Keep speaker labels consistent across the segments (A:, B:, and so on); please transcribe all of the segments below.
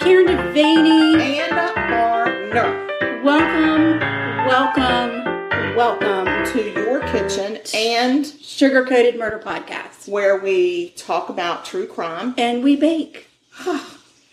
A: Karen Devaney,
B: Anna Barner.
A: welcome, welcome, welcome.
B: To your kitchen and
A: Sugar Coated Murder Podcast,
B: where we talk about true crime.
A: and we bake.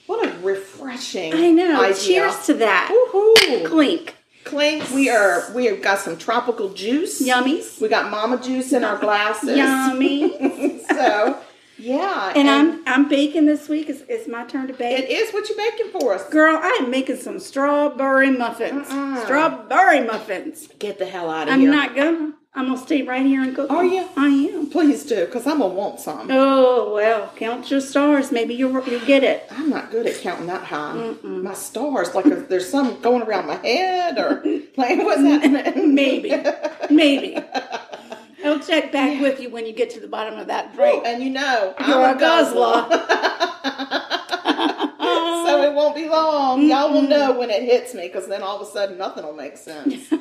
B: What a refreshing
A: I know.
B: idea.
A: Cheers to that.
B: Woohoo!
A: Clink.
B: Clink, we are we have got some tropical juice.
A: Yummies.
B: We got mama juice in our glasses.
A: Yummy.
B: so yeah.
A: and I'm I'm baking this week. It's, it's my turn to bake.
B: it is what you baking for us.
A: Girl, I am making some strawberry muffins. Strawberry muffins.
B: Get the hell out of
A: I'm
B: here.
A: not gonna. I'm gonna stay right here and cook.
B: Are
A: them.
B: you?
A: I am.
B: Please do, because I'm gonna want some.
A: Oh well, count your stars. Maybe you you get it.
B: I'm not good at counting that high. My stars, like if there's some going around my head or like what's that?
A: Maybe. Maybe. I'll check back with you when you get to the bottom of that break.
B: And Oh. you know,
A: You're
B: I'm
A: a guzzler.
B: so it won't be long. Y'all will know when it hits me because then all of a sudden nothing will make sense.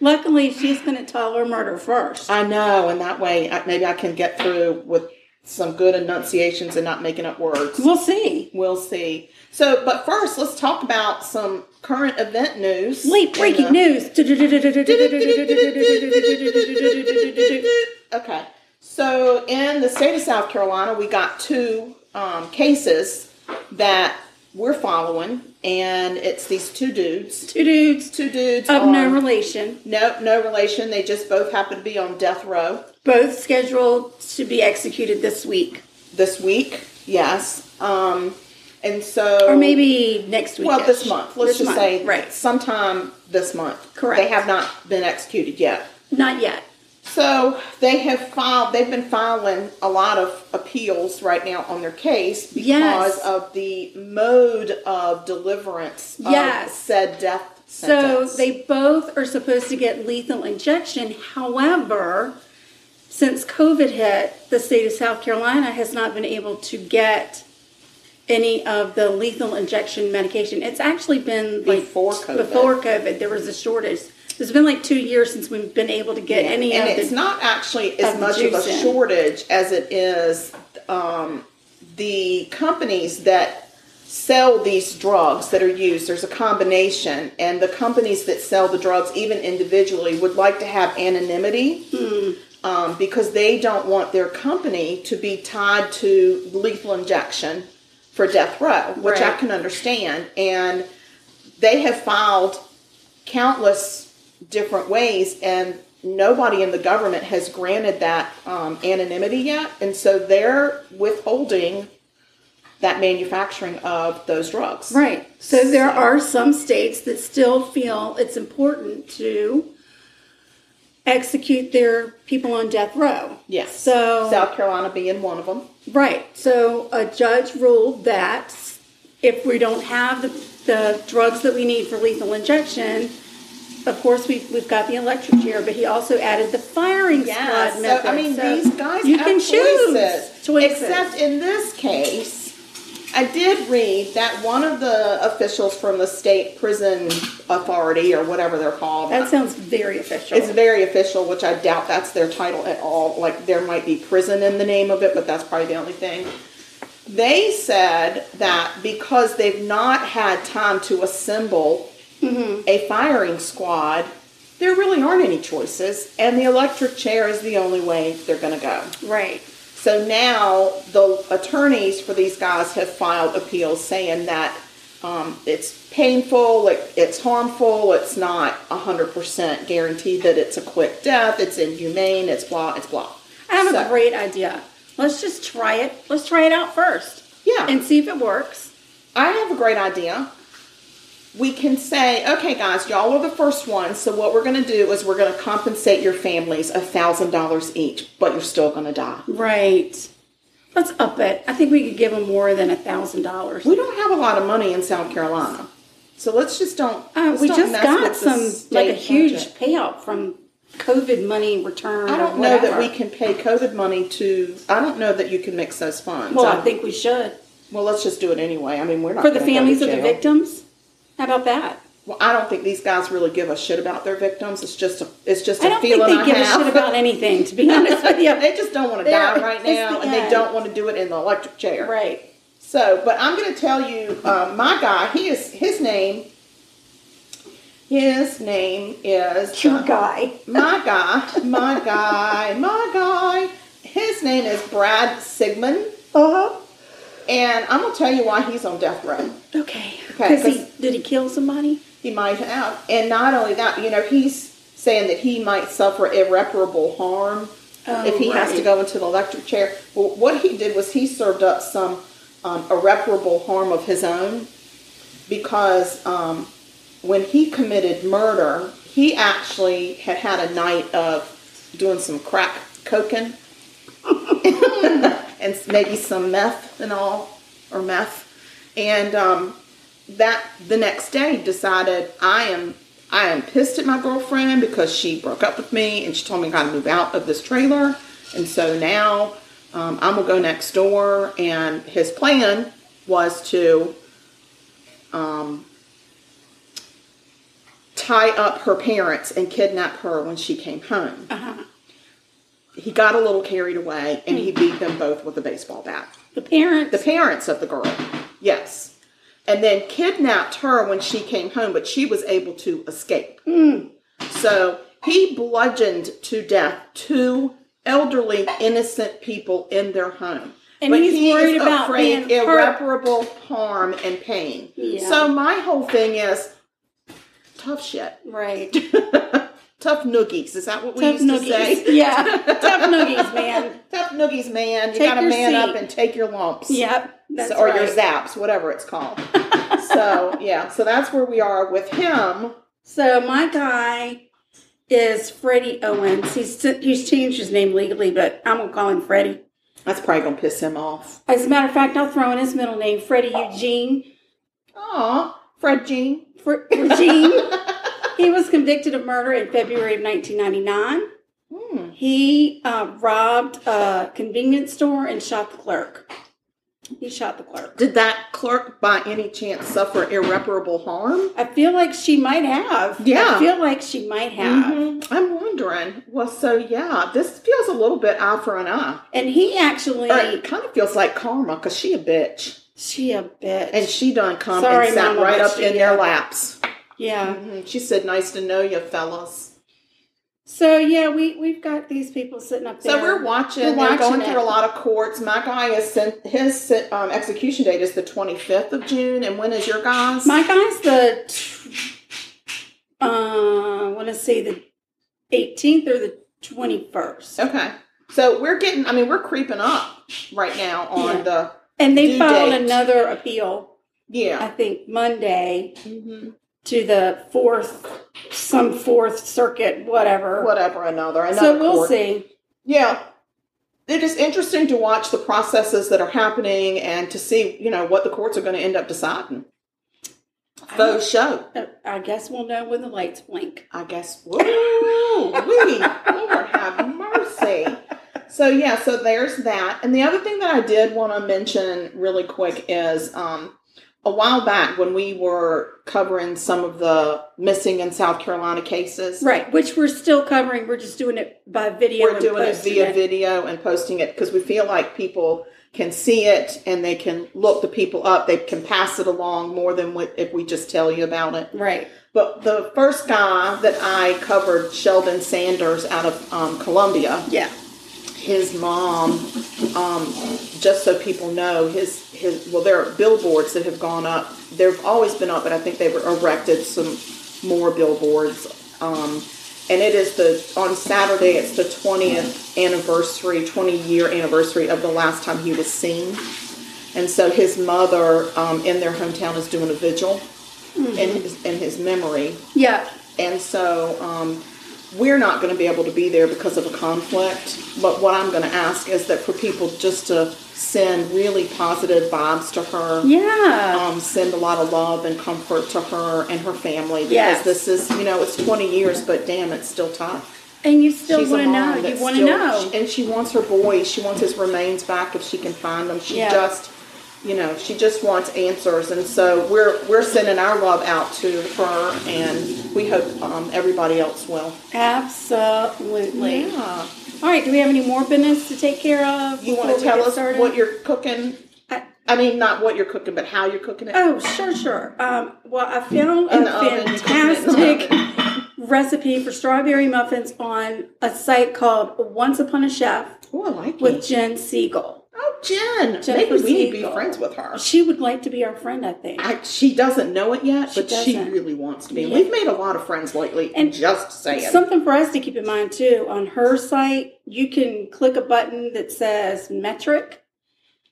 A: Luckily, she's going to tell her murder first.
B: I know, and that way I, maybe I can get through with some good enunciations and not making up words.
A: We'll see.
B: We'll see. So, but first, let's talk about some current event news.
A: Late breaking
B: And, uh,
A: news.
B: Okay. So in the state of South Carolina, we got two um, cases that we're following, and it's these two dudes.
A: Two dudes
B: Two dudes
A: of
B: on-
A: no relation,
B: no no relation. They just both happen to be on death row
A: both scheduled to be executed this week
B: this week. Yes. Um, and so
A: or maybe next week.
B: well this month. Let's just say
A: right,
B: sometime this month.
A: Correct.
B: They have not been executed yet.
A: not yet.
B: So they have filed. They've been filing a lot of appeals right now on their case because
A: Yes.
B: of the mode of deliverance
A: Yes.
B: of said death
A: So
B: sentence.
A: they both are supposed to get lethal injection. However, since COVID hit, the state of South Carolina has not been able to get any of the lethal injection medication. It's actually been like
B: Before COVID.
A: Before COVID, there was a shortage. It's been like two years since we've been able to get any
B: and
A: of
B: it's
A: the
B: not actually as
A: of
B: much of a
A: juicing.
B: shortage as it is um, the companies that sell these drugs that are used. There's a combination, and the companies that sell the drugs, even individually, would like to have anonymity.
A: Hmm.
B: um, because they don't want their company to be tied to lethal injection for death row, which I
A: Right.
B: can understand. And they have filed countless different ways, and nobody in the government has granted that um, anonymity yet. And so they're withholding that manufacturing of those drugs.
A: Right. So there are some states that still feel it's important to execute their people on death row.
B: Yes.
A: So
B: South Carolina being one of them.
A: Right. So a judge ruled that if we don't have the, the drugs that we need for lethal injection, of course we've, we've got the electric chair, but he also added the firing
B: Yeah,
A: squad
B: so
A: method.
B: I mean, these guys
A: you
B: have
A: can
B: choices.
A: choose choices.
B: Except in this case, I did read that one of the officials from the state prison authority or whatever they're called.
A: that sounds very official.
B: it's very official, which I doubt that's their title at all. Like there might be prison in the name of it, but that's probably the only thing. They said that because they've not had time to assemble a firing squad, there really aren't any choices, and the electric chair is the only way they're going to go.
A: right.
B: So now the attorneys for these guys have filed appeals saying that um, it's painful, it, it's harmful, it's not 100% guaranteed that it's a quick death, it's inhumane, it's blah, it's blah.
A: I have
B: So-
A: a great idea. Let's just try it. Let's try it out first.
B: Yeah.
A: And see if it works.
B: I have a great idea. We can say, okay, guys, y'all are the first ones. So what we're going to do is we're going to compensate your families $1,000 each, but you're still going to die.
A: Right. Let's up it. I think we could give them more than a thousand dollars.
B: We don't have a lot of money in South Carolina, so let's just don't.
A: Uh,
B: let's
A: we
B: don't
A: just
B: mess
A: got
B: with the
A: some like a
B: state
A: huge
B: budget.
A: payout from COVID money returned.
B: I
A: or
B: don't know that
A: whatever.
B: we can pay COVID money to, I don't know that you can mix those funds.
A: Well, I
B: I'm-
A: think we should
B: Well, let's just do it anyway. I mean, we're not.
A: for the
B: gonna go to
A: families of the
B: jail.
A: victims. How about that?
B: Well, I don't think these guys really give a shit about their victims. It's just a, it's just
A: I
B: a
A: don't think
B: feeling
A: they
B: I
A: give
B: have.
A: a shit about anything, to be honest with you.
B: they just don't want to
A: They're-
B: die right
A: it's
B: now,
A: the
B: and they
A: end.
B: don't want to do it in the electric chair.
A: Right.
B: So, but I'm going to tell you, um, my guy. He is his name. His name is
A: Your guy.
B: my guy, my guy, my guy. His name is Brad Sigmund,
A: Uh huh.
B: and I'm going to tell you why he's on death row.
A: Okay.
B: Okay,
A: Because he did he kill somebody?
B: he might have. And not only that, you know, he's saying that he might suffer irreparable harm
A: Oh,
B: if he has to
A: right.
B: go into the electric chair. Well, what he did was he served up some um, irreparable harm of his own because um, when he committed murder, he actually had had a night of doing some crack cocaine and maybe some meth and all, or meth. And um, that the next day decided I am I am pissed at my girlfriend because she broke up with me and she told me I got to move out of this trailer, and so now um, I'm gonna go next door. And his plan was to um, tie up her parents and kidnap her when she came home. He got a little carried away and he beat them both with a baseball bat.
A: The parents.
B: The parents of the girl, yes. And then kidnapped her when she came home, but she was able to escape.
A: Mm.
B: So he bludgeoned to death two elderly, innocent people in their home.
A: And he's
B: he is
A: worried about
B: afraid
A: being hurt.
B: irreparable harm and pain.
A: Yeah.
B: So my whole thing is tough shit.
A: right.
B: Tough noogies. Is that what we
A: Tough
B: used to
A: noogies.
B: say?
A: Yeah. Tough noogies, man.
B: Tough noogies, man. You
A: Take
B: gotta
A: your
B: man up
A: seat.
B: and take your lumps.
A: Yep. That's
B: So- or
A: right.
B: your zaps, whatever it's called. so yeah, so that's where we are with him.
A: So my guy is Freddie Owens. He's he's changed his name legally, but I'm gonna call him Freddie.
B: That's probably gonna piss him off.
A: As a matter of fact, I'll throw in his middle name, Freddie Eugene.
B: Aw, Fred Jean.
A: For, Eugene. he was convicted of murder in February of 1999.
B: Hmm.
A: He uh, robbed a convenience store and shot the clerk. He shot the clerk.
B: Did that clerk by any chance suffer irreparable harm?
A: I feel like she might have.
B: Yeah.
A: I feel like she might have.
B: Mhm. I'm wondering. Well, so yeah, this feels a little bit eye for an eye.
A: And he actually,
B: Or it kind of feels like karma because she a bitch.
A: she a bitch.
B: And she done come
A: Sorry,
B: and sat
A: Mama,
B: right
A: but
B: up
A: she
B: in their
A: did.
B: laps.
A: yeah.
B: Mhm. She said, Nice to know you, fellas.
A: So yeah, we we've got these people sitting up there.
B: So we're watching.
A: We're
B: They're going
A: watching
B: through
A: it.
B: a lot of courts. My guy is sent his sen- um, execution date is the twenty fifth of June, and when is your guy's?
A: My guy's the t- uh, I want to say the 18th or the 21st,
B: okay. So we're getting. I mean, we're creeping up right now on
A: Yeah.
B: the
A: and they
B: Due
A: filed
B: date.
A: another appeal. I
B: yeah.
A: think Monday
B: Mhm.
A: to the fourth, some fourth circuit, whatever.
B: Whatever, another, another.
A: so we'll
B: court.
A: see.
B: Yeah. It is interesting to watch the processes that are happening and to see, you know, what the courts are going to end up deciding. Faux show.
A: Uh, I guess we'll know when the lights blink.
B: I guess. Woo, wee, Lord have mercy. So yeah, so there's that. And the other thing that I did want to mention really quick is um, a while back when we were covering some of the missing in South Carolina cases.
A: Right, which we're still covering. We're just doing it by video.
B: We're
A: and
B: doing it
A: posting
B: via video and posting it because we feel like people can see it and they can look the people up. They can pass it along more than what, if we just tell you about it.
A: Right.
B: But the first guy that I covered, Sheldon Sanders out of um, Columbia,
A: Yeah.
B: his mom, um, just so people know, his, his well, there are billboards that have gone up. They've always been up, but I think they were erected some more billboards. Um, and it is the on Saturday. It's the twentieth anniversary, twenty year anniversary of the last time he was seen. And so his mother um, in their hometown is doing a vigil in his in his memory.
A: Yeah.
B: And so um, we're not going to be able to be there because of a conflict. But what I'm going to ask is that for people just to send really positive vibes to her.
A: Yeah.
B: Um, send a lot of love and comfort to her and her family because
A: Yes.
B: this is, you know, it's 20 years, but damn, it's still tough.
A: And you still
B: She's a
A: want to
B: mom
A: know.
B: that's
A: You want to
B: still-
A: know.
B: And she wants her boy. She wants his remains back if she can find them. She
A: Yeah.
B: just, you know, she just wants answers. And so we're we're sending our love out to her, and we hope um, everybody else will.
A: Absolutely. All right. Do we have any more business to take care of?
B: You
A: before
B: want to
A: we
B: tell
A: get
B: us
A: started?
B: what you're cooking?
A: I-
B: I mean, not what you're cooking, but how you're cooking it.
A: Oh, sure, sure. Um, well, I found
B: In
A: a
B: the oven, you can put it in the
A: fantastic recipe for strawberry muffins on a site called Once Upon a Chef
B: Oh, I like
A: with
B: it.
A: Jen Siegel.
B: Oh, Jen.
A: Jennifer
B: Maybe we need to be
A: Siegel.
B: friends with her.
A: She would like to be our friend, I think.
B: I, she doesn't know it yet,
A: She
B: but she
A: doesn't.
B: really wants to be.
A: Yeah.
B: We've made a lot of friends lately.
A: And
B: just saying.
A: Something for us to keep in mind too. On her site, you can click a button that says metric.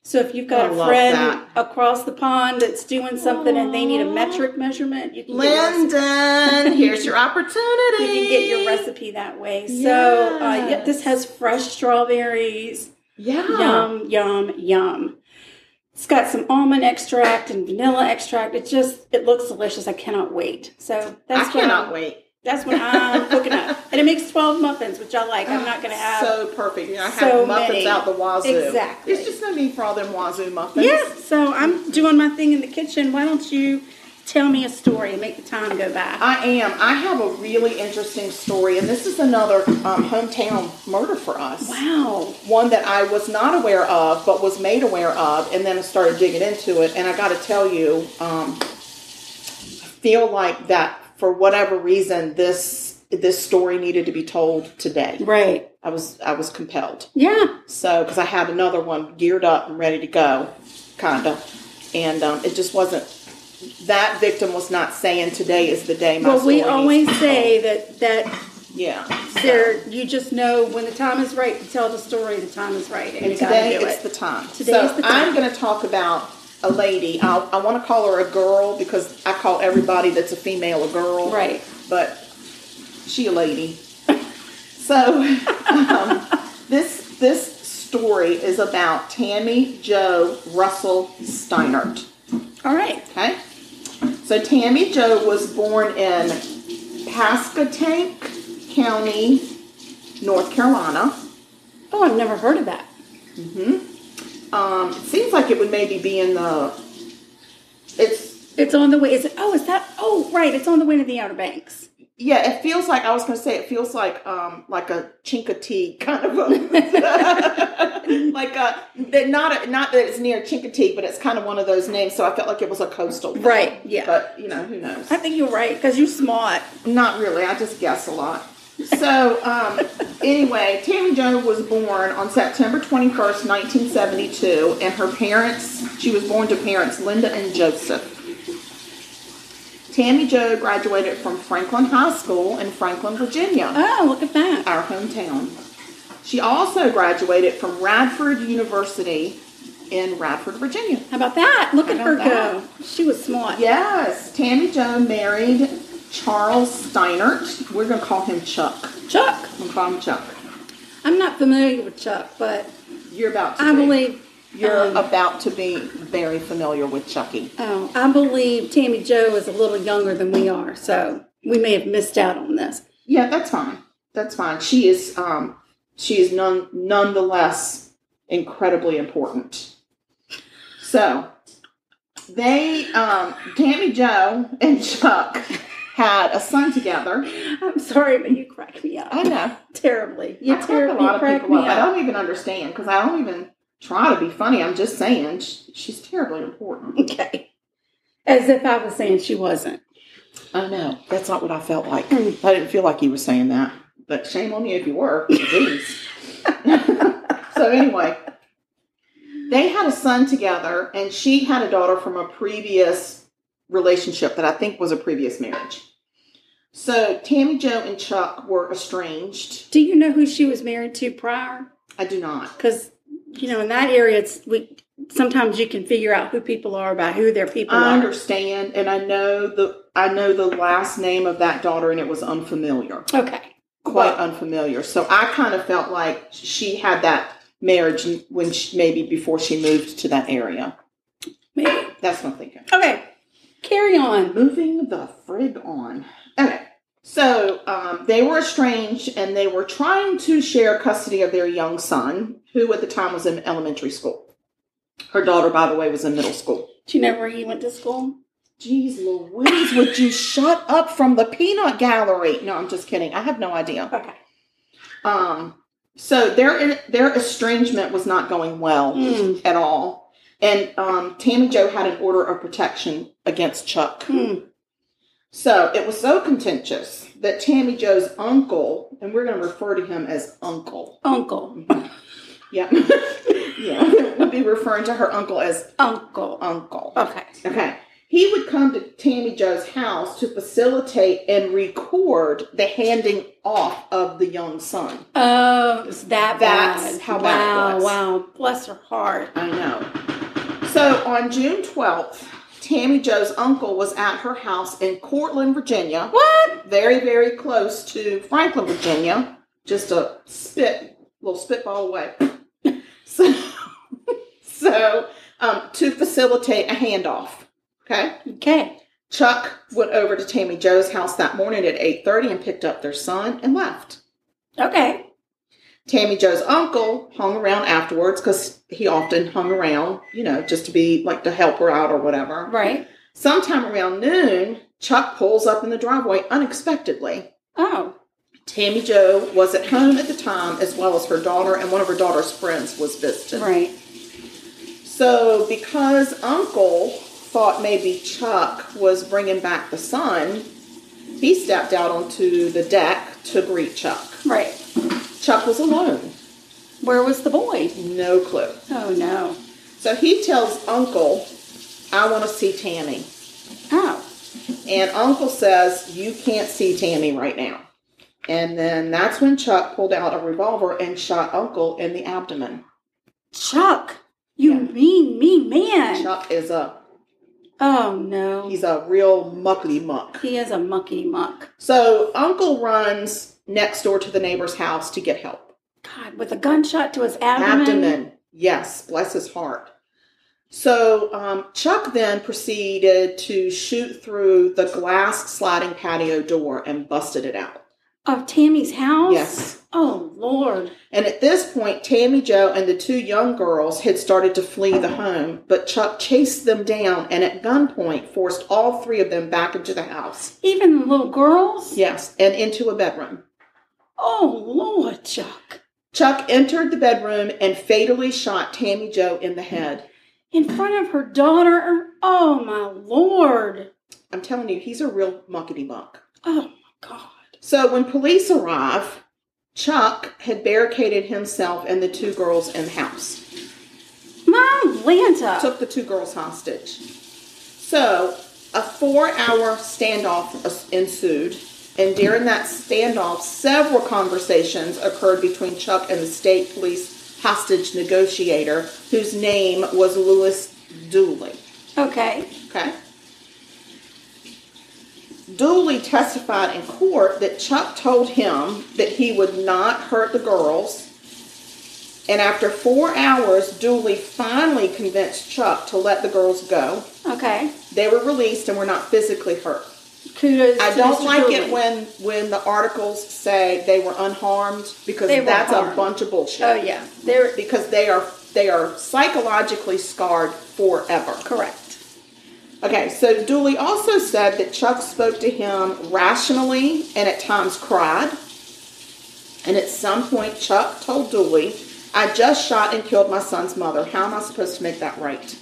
A: So if you've got
B: I
A: a
B: love
A: friend
B: that.
A: across the pond that's doing something and they need a
B: Aw.
A: metric measurement, you can, get, a recipe-
B: Lyndon, here's your opportunity.
A: you can get your recipe that way. So uh, yeah, this
B: Yes.
A: has fresh strawberries.
B: Yeah.
A: Yum, yum, yum. It's got some almond extract and vanilla extract. It just it looks delicious. I cannot wait. So that's
B: I
A: what
B: cannot
A: I'm-
B: wait.
A: That's what I'm cooking up. And it makes 12 muffins, which I like. I'm not going to have.
B: Ah, so perfect. You know, I have
A: so
B: muffins
A: many.
B: out the wazoo.
A: Exactly.
B: There's just no need for all them wazoo muffins.
A: yeah, so I'm doing my thing in the kitchen. Why don't you tell me a story and make the time go by?
B: I am. I have a really interesting story, and this is another um, hometown murder for us.
A: Wow.
B: One that I was not aware of, but was made aware of, and then I started digging into it. And I got to tell you, um, feel like that for whatever reason, this this story needed to be told today.
A: Right.
B: I was I was compelled.
A: Yeah.
B: So because I had another one geared up and ready to go, kinda, and um, it just wasn't. That victim was not saying today is the day. My
A: Well, we
B: story
A: always
B: needs to be
A: say that that
B: told." yeah. so-
A: there you just know when the time is right to tell the story. The time is right, and,
B: And
A: you gotta
B: today
A: do
B: is
A: it.
B: the time.
A: Today
B: so
A: is the time.
B: I'm going to talk about a lady. I'll, I want to call her a girl because I call everybody that's a female a girl.
A: Right.
B: But she a lady. so um, this this story is about Tammy Joe Russell Steinert.
A: All right.
B: Okay. So Tammy Joe was born in Pasquotank County, North Carolina.
A: Oh, I've never heard of that.
B: Um, it seems like it would maybe be in the. It's
A: It's on the way. Is it? Oh, is that? Oh, right. It's on the way to the Outer Banks.
B: yeah. It feels like I was gonna say it feels like um like a Chincoteague kind of a like a that not a, not that it's near Chincoteague, but it's kind of one of those names. So I felt like it was a coastal, thing.
A: Right, yeah.
B: But you know who knows?
A: I think you're right because you smart.
B: Not really. I just guess a lot. So um, anyway, Tammy Joe was born on September 21st, 1972, and her parents, she was born to parents Linda and Joseph. Tammy Joe graduated from Franklin High School in Franklin, Virginia,
A: Oh, look at that.
B: our hometown. She also graduated from Radford University in Radford, Virginia.
A: How about that? Look at
B: How
A: her
B: about
A: go. She was smart.
B: Yes, Tammy Joe married Charles Steinert. We're going to call him Chuck.
A: Chuck.
B: I'm calling Chuck.
A: I'm not familiar with Chuck, but
B: You're about to
A: I
B: be.
A: believe
B: You're
A: um,
B: about to be very familiar with Chucky.
A: oh, I believe Tammy Joe is a little younger than we are, so we may have missed out on this.
B: Yeah, that's fine. That's fine. She is um she is none nonetheless incredibly important. So they um Tammy Joe and Chuck had a son together.
A: I'm sorry, but you crack me up
B: I know.
A: terribly. You
B: I crack
A: terribly
B: a lot of
A: crack
B: people up.
A: me
B: I
A: up.
B: don't even understand because I don't even try to be funny. I'm just saying sh she's terribly important.
A: Okay. As if I was saying she wasn't.
B: I know. That's not what I felt like. I didn't feel like you were saying that. But shame on you if you were. Jeez. so anyway, they had a son together, and she had a daughter from a previous relationship that I think was a previous marriage. So Tammy Joe and Chuck were estranged.
A: Do you know who she was married to prior?
B: I do not.
A: Because you know, in that area, it's we sometimes you can figure out who people are by who their people
B: I
A: are.
B: understand, and I know the I know the last name of that daughter, and it was unfamiliar.
A: Okay.
B: quite
A: Right.
B: unfamiliar. So I kind of felt like she had that marriage when she, maybe before she moved to that area.
A: Maybe.
B: That's what I'm thinking.
A: Okay. Carry on.
B: Moving the frig on. Okay. So um, they were estranged and they were trying to share custody of their young son, who at the time was in elementary school. Her daughter, by the way, was in middle school.
A: Do you know where he went to school?
B: Jeez Louise, would you shut up from the peanut gallery? No, I'm just kidding. I have no idea.
A: Okay.
B: Um, so their their estrangement was not going well
A: Mm.
B: at all, and um, Tammy Joe had an order of protection against Chuck.
A: Hmm.
B: So it was so contentious that Tammy Joe's uncle, and we're going to refer to him as uncle.
A: Uncle.
B: Yeah, yeah, we'll be referring to her uncle as
A: Uncle.
B: uncle.
A: Okay.
B: Okay. He would come to Tammy Joe's house to facilitate and record the handing off of the young son.
A: Oh, it's that
B: That's
A: bad.
B: how
A: wow,
B: bad it was.
A: Wow, Bless her heart.
B: I know. So on June 12th, Tammy Joe's uncle was at her house in Cortland, Virginia.
A: What?
B: Very, very close to Franklin, Virginia. Just a spit, little spitball away. so, so um, to facilitate a handoff. Okay.
A: Okay.
B: Chuck went over to Tammy Joe's house that morning at 8:30 and picked up their son and left.
A: Okay.
B: Tammy Joe's uncle hung around afterwards cuz he often hung around, you know, just to be like to help her out or whatever.
A: Right.
B: Sometime around noon, Chuck pulls up in the driveway unexpectedly.
A: Oh.
B: Tammy Joe was at home at the time as well as her daughter and one of her daughter's friends was visiting.
A: Right.
B: So, because Uncle thought maybe Chuck was bringing back the son, he stepped out onto the deck to greet Chuck.
A: Right.
B: Chuck was alone,
A: Where was the boy?
B: no clue.
A: Oh no.
B: So he tells Uncle, I want to see Tammy.
A: Oh.
B: And Uncle says, You can't see Tammy right now. And then that's when Chuck pulled out a revolver and shot Uncle in the abdomen.
A: Chuck. You
B: Yeah.
A: mean mean man.
B: Chuck is a
A: Oh no.
B: he's a real muckety muck.
A: he is a mucky muck.
B: So Uncle runs next door to the neighbor's house to get help.
A: God, with a gunshot to his abdomen.
B: Abdomen. Yes, bless his heart. So um, Chuck then proceeded to shoot through the glass sliding patio door and busted it out.
A: Of Tammy's house?
B: Yes.
A: Oh Lord.
B: And at this point, Tammy Joe and the two young girls had started to flee the home, but Chuck chased them down and at gunpoint forced all three of them back into the house.
A: Even the little girls?
B: Yes, and into a bedroom.
A: Oh Lord, Chuck.
B: Chuck entered the bedroom and fatally shot Tammy Joe in the head.
A: In front of her daughter? Oh my lord.
B: I'm telling you, he's a real muckety muck.
A: Oh my god.
B: So when police arrive, Chuck had barricaded himself and the two girls in the house,
A: My Lanta.
B: took the two girls hostage. So a four hour standoff ensued, and during that standoff, several conversations occurred between Chuck and the state police hostage negotiator, whose name was Lewis Dooley.
A: okay.
B: Okay. Dooley testified in court that Chuck told him that he would not hurt the girls. And after four hours, Dooley finally convinced Chuck to let the girls go.
A: Okay.
B: They were released and were not physically hurt.
A: Kudos.
B: I
A: to
B: don't
A: Mr.
B: like it
A: Dooley.
B: when when the articles say they were unharmed because
A: They were
B: that's a
A: harmed.
B: bunch of bullshit.
A: Oh yeah. They're
B: Because they are they are psychologically scarred forever.
A: correct.
B: Okay, so Dooley also said that Chuck spoke to him rationally and at times cried. And at some point, Chuck told Dooley, I just shot and killed my son's mother. How am I supposed to make that right?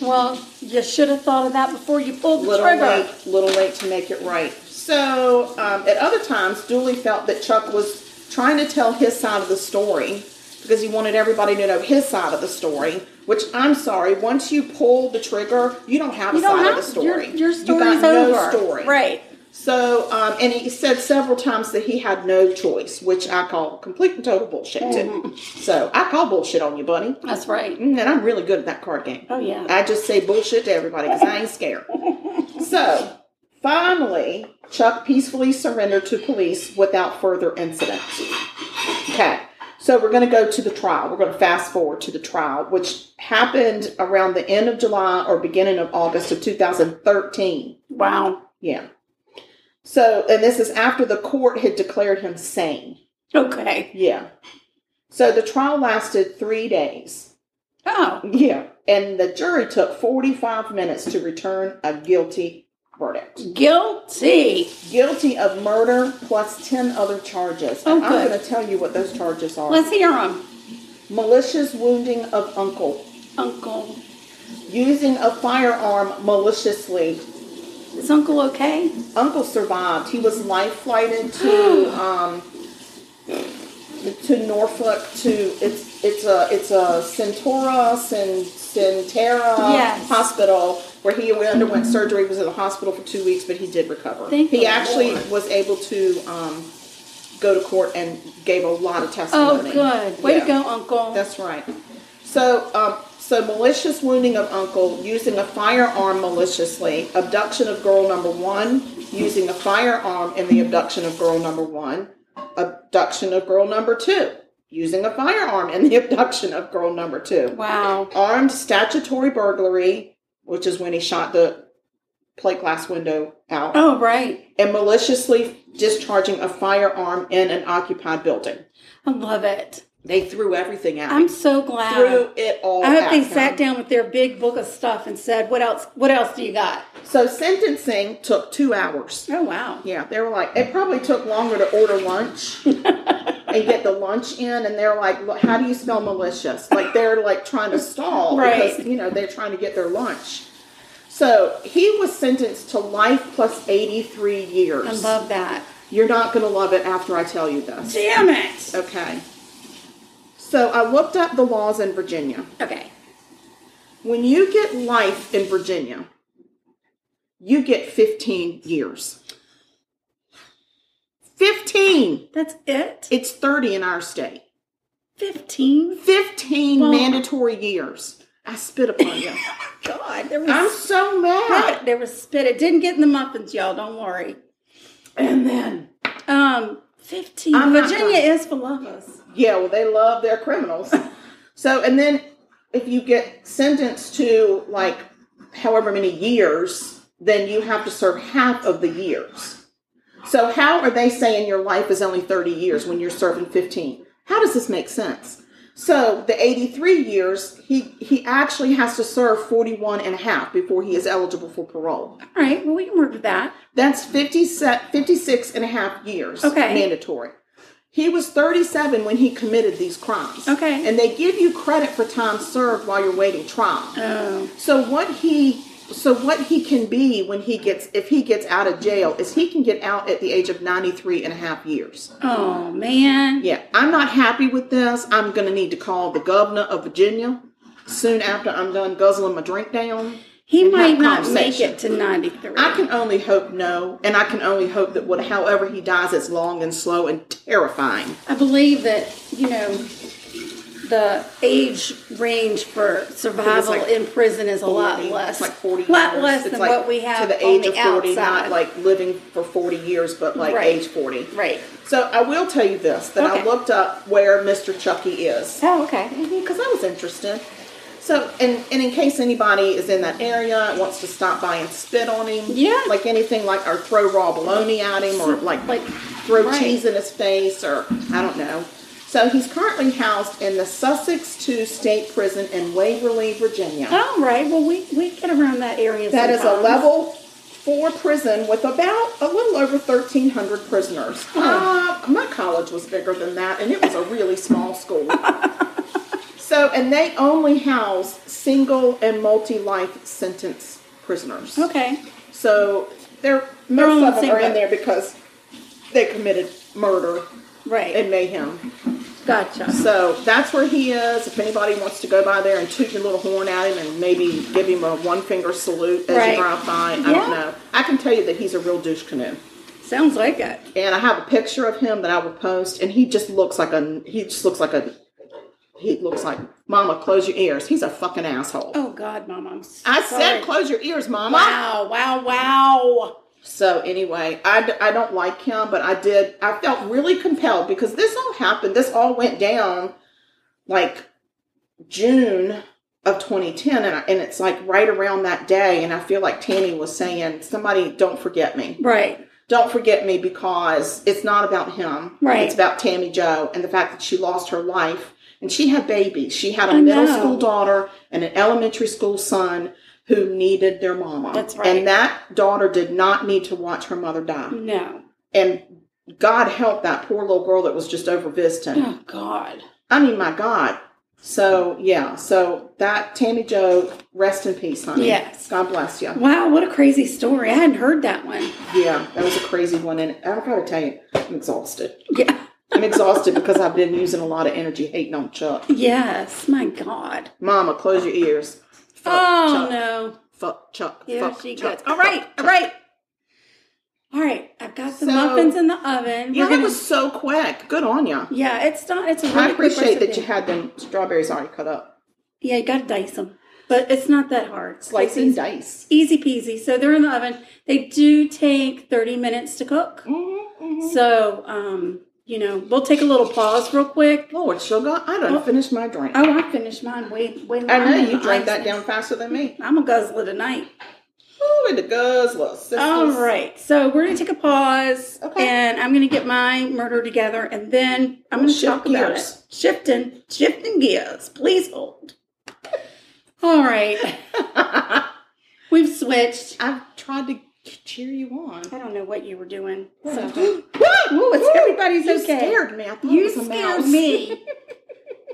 A: Well, you should have thought of that before you pulled the
B: Little
A: trigger.
B: late, little late to make it right. So um, at other times, Dooley felt that Chuck was trying to tell his side of the story because he wanted everybody to know his side of the story. Which I'm sorry, once you pull the trigger, you don't have
A: You
B: a
A: don't
B: side
A: have
B: of the story.
A: Your, your
B: you
A: story's
B: got no
A: over.
B: story,
A: Right.
B: So, um, and he said several times that he had no choice, which I call complete and total bullshit too.
A: Mm-hmm.
B: So I call bullshit on you, buddy.
A: That's right.
B: Mm, And I'm really good at that card game.
A: Oh yeah.
B: I just say bullshit to everybody because I ain't scared. So finally, Chuck peacefully surrendered to police without further incident. Okay, so we're going to go to the trial. We're going to fast forward to the trial, which happened around the end of July or beginning of August of 2013.
A: wow.
B: Yeah. So, and this is after the court had declared him sane.
A: Okay.
B: Yeah. So the trial lasted three days.
A: Oh,
B: Yeah. And the jury took 45 minutes to return a guilty verdict.
A: guilty.
B: Guilty of murder plus 10 other charges.
A: Oh,
B: And I'm
A: good.
B: going to tell you what those charges are
A: Let's hear him.
B: malicious wounding of uncle,
A: Uncle.
B: using a firearm maliciously.
A: Is Uncle okay?
B: Uncle survived. He was life flighted to. Um, to Norfolk, to it's it's a it's a Centora Cen, Centera
A: Yes.
B: hospital where he underwent surgery. He was in the hospital for two weeks, but he did recover.
A: Thank
B: he
A: the
B: actually
A: Lord.
B: was able to um, go to court and gave a lot of
A: Oh,
B: testimony.
A: good. Way
B: Yeah.
A: to go, Uncle.
B: That's right. So, um, so malicious wounding of uncle, using a firearm maliciously, abduction of girl number one, using a firearm in the abduction of girl number one, abduction of girl number two, using a firearm in the abduction of girl number two.
A: wow.
B: Armed statutory burglary, which is when he shot the plate glass window out,
A: Oh, right.
B: and maliciously discharging a firearm in an occupied building.
A: I love it.
B: They threw everything at
A: I'm
B: me.
A: so glad.
B: Threw it all.
A: Uh, I hope
B: at
A: they
B: him.
A: sat down with their big book of stuff and said, "What else? What else do you got?"
B: So sentencing took two hours.
A: Oh wow.
B: Yeah, they were like, it probably took longer to order lunch and get the lunch in, and they're like, "Look, how do you spell malicious? Like they're like trying to stall because
A: Right.
B: you know they're trying to get their lunch. So he was sentenced to life plus eighty three years.
A: I love that.
B: You're not gonna love it after I tell you this.
A: Damn it.
B: Okay. So I looked up the laws in Virginia.
A: Okay.
B: When you get life in Virginia, you get 15 years. 15!
A: That's it.
B: It's 30 in our state.
A: Fifteen.
B: 15
A: Well-
B: mandatory years. I spit upon you.
A: God, there was
B: I'm so
A: spit.
B: mad.
A: There was spit. It didn't get in the muffins, y'all. Don't worry.
B: And then,
A: Um, 15
B: I'm not
A: Virginia
B: done.
A: is full of us.
B: yeah, well, they love their criminals. So, and then if you get sentenced to like however many years, then you have to serve half of the years. So, how are they saying your life is only 30 years when you're serving 15? How does this make sense? So, the 83 years, he, he actually has to serve 41 and a half before he is eligible for parole.
A: All right, well, we can work with that.
B: That's 50, se- 56 and a half years
A: Okay.
B: mandatory. He was 37 when he committed these crimes.
A: Okay.
B: And they give you credit for time served while you're waiting trial.
A: Oh,
B: So what he so what he can be when he gets if he gets out of jail is he can get out at the age of 93 and a half years.
A: oh man.
B: Yeah, I'm not happy with this. I'm going to need to call the governor of Virginia soon after I'm done guzzling my drink down.
A: He
B: And have
A: might not make
B: conversation.
A: it to 93.
B: I can only hope no, and I can only hope that what, however he dies, it's long and slow and terrifying.
A: I believe that, you know, the age range for survival
B: like
A: in prison is a lot
B: 40,
A: less.
B: it's like forty,
A: lot
B: years.
A: less
B: It's
A: than
B: like
A: what we have
B: to the
A: on
B: age
A: the
B: of forty,
A: outside.
B: not like living for forty years, but like
A: Right.
B: age forty.
A: right.
B: So I will tell you this: that I
A: Okay.
B: looked up where Mr. Chucky is
A: Oh, okay.
B: because I was interested. So, and, and in case anybody is in that area and wants to stop by and spit on him,
A: Yeah.
B: like anything like or throw raw bologna at him or like
A: Like,
B: throw
A: right.
B: cheese in his face or I don't know. So he's currently housed in the Sussex Two State Prison in Waverly, Virginia.
A: All right, well, we, we get around that area.
B: That is a
A: sometimes.
B: level four prison with about a little over 1,300 prisoners. Uh, my college was bigger than that, and it was a really small school. so, and they only house single and multi life sentence prisoners.
A: Okay.
B: So, they're,
A: They're on
B: most
A: the
B: of them
A: same
B: are in
A: boat.
B: there because they committed murder
A: Right.
B: and mayhem.
A: gotcha.
B: So that's where he is. If anybody wants to go by there and toot your little horn at him and maybe give him a one finger salute as
A: Right.
B: you drive by, I
A: Yeah.
B: don't know. I can tell you that he's a real douche canoe.
A: Sounds like it.
B: And I have a picture of him that I will post, and he just looks like a he just looks like a he looks like Mama, close your ears. He's a fucking asshole.
A: Oh, God, Mom, I'm so
B: I
A: sorry.
B: said, close your ears, Mama.
A: Wow, wow, wow.
B: So anyway, I, d- I don't like him, but I did. I felt really compelled because this all happened. This all went down like June of 2010, and, I, and it's like right around that day. And I feel like Tammy was saying, "Somebody, don't forget me."
A: Right.
B: Don't Forget Me because it's not about him.
A: Right.
B: It's about Tammy Joe and the fact that she lost her life. And she had babies. She had a
A: I
B: middle
A: know.
B: school daughter and an elementary school son who needed their mama.
A: That's right.
B: And that daughter did not need to watch her mother die.
A: No.
B: And God help that poor little girl that was just over visiting.
A: Oh God.
B: I mean, my God. So yeah, so that Tammy Joe, rest in peace, honey.
A: Yes.
B: God bless you.
A: Wow, what a crazy story. I hadn't heard that one.
B: Yeah, that was a crazy one, and I gotta tell you, I'm exhausted.
A: Yeah.
B: I'm exhausted because I've been using a lot of energy hating on Chuck.
A: Yes. My God.
B: Mama, close your ears. Fuck
A: Oh
B: Chuck.
A: no.
B: Fuck Chuck.
A: Here
B: fuck
A: she
B: Chuck.
A: goes. All right. All right. All right. I've got the
B: So-
A: muffins in the oven.
B: Yeah,
A: We're
B: that
A: gonna-
B: was so quick. Good on ya.
A: Yeah, it's not. It's a really
B: I
A: quick
B: appreciate that
A: recipe.
B: you had them strawberries already cut up,
A: Yeah, you got to dice them, but it's not that hard.
B: sliced and
A: It's
B: diced.
A: easy peasy. So they're in the oven. They do take thirty minutes to cook.
B: Mm-hmm,
A: So, um, you know, we'll take a little pause real quick.
B: Lord, sugar, I done finished my drink.
A: Oh, I finished mine way way.
B: I know
A: longer
B: you
A: than
B: drank
A: I
B: that
A: finished.
B: down faster than me.
A: I'm a guzzler tonight.
B: Ooh, and the guzzler. sisters.
A: All right, so we're gonna take a pause,
B: Okay.
A: and I'm gonna get my murder together, and then I'm gonna
B: Shift
A: talk about
B: gears.
A: it. Shifting, shifting gears. Please hold. All right, we've switched.
B: I've tried to cheer you on.
A: I don't know what you were doing. So.
B: Woo!
A: Ooh, it's everybody's
B: you
A: okay.
B: scared me. I thought it
A: You
B: was a
A: scared
B: mouse.
A: me.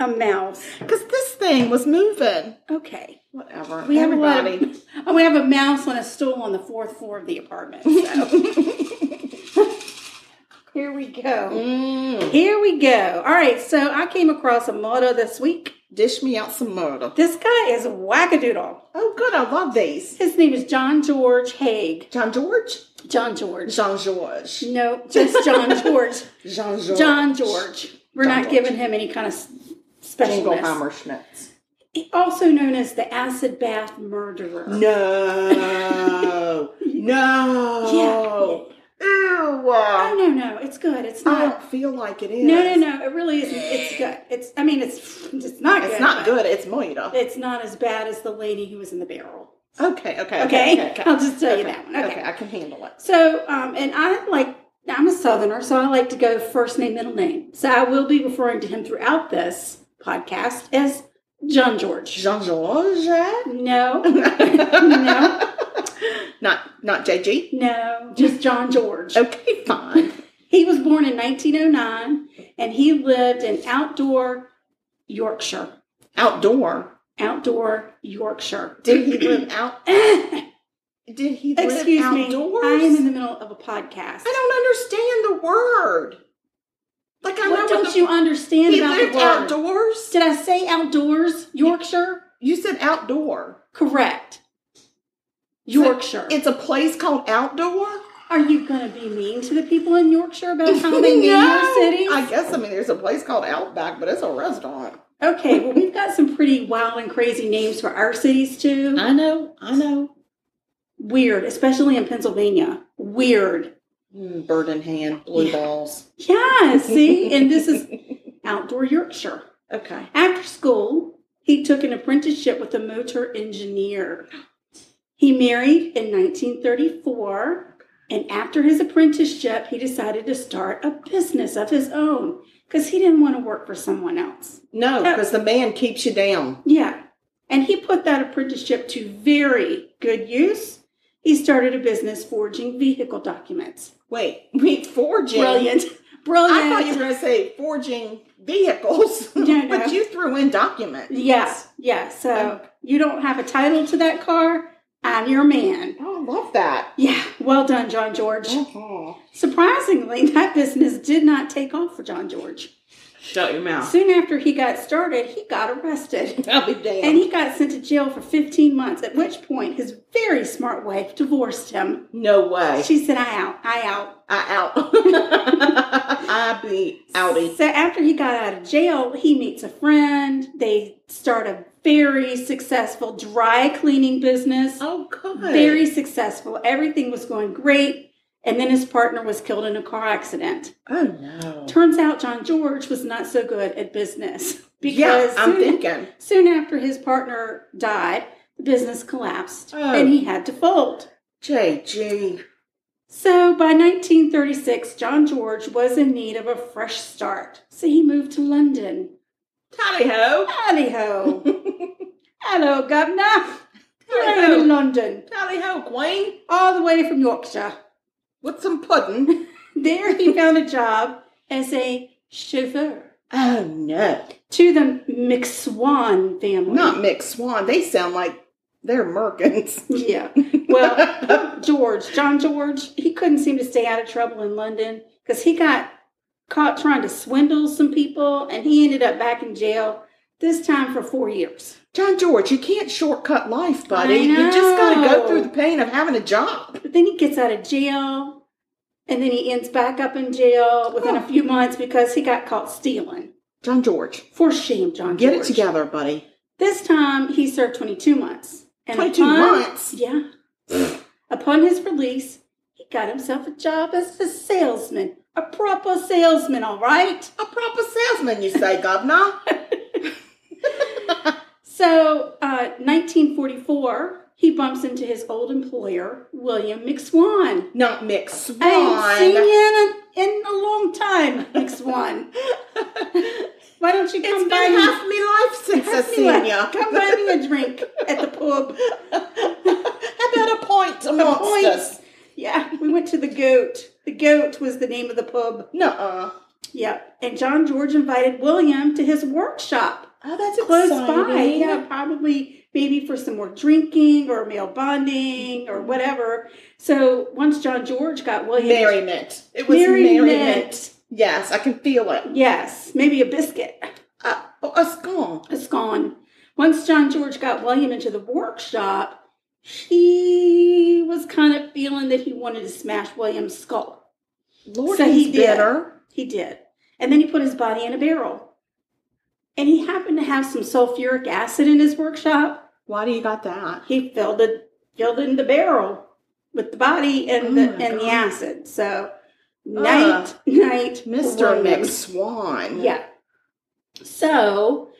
A: a mouse.
B: Because this thing was moving.
A: Okay.
B: Whatever.
A: We have
B: Everybody.
A: a lot of, oh, we have a mouse on a stool on the fourth floor of the apartment. So. Mm-hmm. Here we go.
B: Mm.
A: Here we go. All right, so I came across a motto this week.
B: Dish me out some murder.
A: This guy is wackadoodle.
B: Oh, good. I love these.
A: His name is John George Haig.
B: John George?
A: John George.
B: Jean George.
A: No, just John George.
B: Jean George.
A: John George. We're
B: John
A: not
B: George.
A: giving him any kind of s- specialness.
B: Jingleheimer Schmitz.
A: also known as the acid bath murderer.
B: No. no.
A: Yeah. Oh,
B: Ew.
A: No, no, no. It's good. It's
B: I
A: not.
B: don't feel like it is.
A: No, no, no. It really isn't. It's good. It's. I mean, it's. It's not good.
B: It's not
A: but
B: good. It's moita.
A: It's not as bad as the lady who was in the barrel.
B: Okay, okay, okay.
A: Okay. I'll just tell you
B: okay,
A: that one. Okay.
B: I can handle it.
A: So, um, and I like. I'm a southerner, so I like to go first name, middle name. So I will be referring to him throughout this podcast as John George.
B: Jean Georges?
A: No,
B: no. Not not JG.
A: no, just John George.
B: Okay, fine.
A: He was born in 1909, and he lived in outdoor Yorkshire.
B: Outdoor.
A: outdoor Yorkshire.
B: Did he live out
A: Excuse
B: did he
A: me.
B: live outdoors?
A: I am in the middle of a podcast.
B: I don't understand the word. Like I know
A: What
B: what
A: don't
B: the-
A: you understand
B: he
A: about
B: lived
A: the word?
B: outdoors?
A: Did I say outdoors? Yorkshire?
B: You said outdoor.
A: Correct. Yorkshire.
B: It's a place called outdoor?
A: Are you going to be mean to the people in Yorkshire about how they name
B: No.
A: their cities?
B: I guess I mean there's a place called Outback, but it's a restaurant.
A: okay, well, we've got some pretty wild and crazy names for our cities, too.
B: I know, I know.
A: Weird, especially in Pennsylvania. Weird.
B: Mm, Bird in hand, blue balls.
A: Yeah, see? and this is outdoor Yorkshire.
B: Okay.
A: After school, he took an apprenticeship with a motor engineer. He married in 1934, and after his apprenticeship, he decided to start a business of his own because he didn't want to work for someone else.
B: No,
A: Oh.
B: because the man keeps you down.
A: Yeah, and he put that apprenticeship to very good use. He started a business forging vehicle documents.
B: Wait, wait, forging.
A: Brilliant. Brilliant.
B: I thought you were going to say forging vehicles,
A: No, no.
B: but you threw in documents.
A: Yeah, yeah.
B: Oh.
A: So you don't have a title to that car. I'm your man.
B: Oh, I love that.
A: Yeah, well done, John George.
B: Uh-huh.
A: Surprisingly, that business did not take off for John George.
B: Shut your mouth.
A: Soon after he got started, he got arrested
B: I'll be
A: and
B: damned.
A: he got sent to jail for 15 months, at which point his very smart wife divorced him.
B: no way.
A: She said, I out, I out.
B: I out. I be outie.
A: So after he got out of jail, he meets a friend. They start a very successful dry cleaning business.
B: Oh, good.
A: very successful. Everything was going great. And then his partner was killed in a car accident.
B: Oh, no.
A: Turns out John George was not so good at business because
B: yeah, I'm
A: soon,
B: thinking.
A: soon after his partner died, the business collapsed
B: Oh.
A: and he had to fold.
B: JG.
A: So by 1936, John George was in need of a fresh start. So he moved to London.
B: Tally ho!
A: Howdy ho! Hello, Governor. I'm
B: ho.
A: in London,
B: Tally ho, Queen!
A: all the way from Yorkshire.
B: With some pudding.
A: There he found a job as a chauffeur
B: Oh no.
A: to the McSwan family.
B: Not Mick Swan. They sound like they're Merkins.
A: Yeah. Well, poor George, John George, he couldn't seem to stay out of trouble in London because he got caught trying to swindle some people and he ended up back in jail, this time for four years.
B: John George, you can't shortcut life, buddy.
A: I
B: You just gotta
A: know.
B: go through the pain of having a job.
A: But then he gets out of jail and then he ends back up in jail within a few months because he got caught stealing.
B: John George,
A: For shame, John
B: get
A: George.
B: it together, buddy.
A: This time he served 22 months. And
B: 22 months?
A: Yeah. upon his release, he got himself a job as a salesman, a proper salesman, all right?
B: A proper salesman, you say, Governor?
A: So, uh, 1944, he bumps into his old employer, William McSwan.
B: Not Mick
A: I haven't seen
B: Swan.
A: you in a, in a long time, McSwan. Why don't you come
B: It's
A: by
B: been
A: me?
B: half me life since I
A: Half me
B: seen
A: life.
B: ya.
A: Come buy me a drink at the pub.
B: How about a point amongst
A: point.
B: us?
A: Yeah, we went to the goat. The goat was the name of the pub.
B: Nuh-uh.
A: Yep. And John George invited William to his workshop
B: Oh, that's
A: close by.
B: exciting.
A: Yeah, probably maybe for some more drinking or male bonding or whatever. So once John George got William
B: Merriment. It was merriment.
A: Merriment.
B: Yes, I can feel it.
A: Yes, maybe a biscuit.
B: Uh, oh, it's gone.
A: It's gone. Once John George got William into the workshop, he was kind of feeling that he wanted to smash William's skull.
B: Lord,
A: So
B: he's
A: he did.
B: bitter.
A: He did. And then he put his body in a barrel. And he happened to have some sulfuric acid in his workshop.
B: Why do you got that?
A: He filled it filled it in the barrel with the body and the
B: Oh, my
A: and the
B: God.
A: acid. So night night
B: Mr.
A: William.
B: McSwan.
A: Yeah. So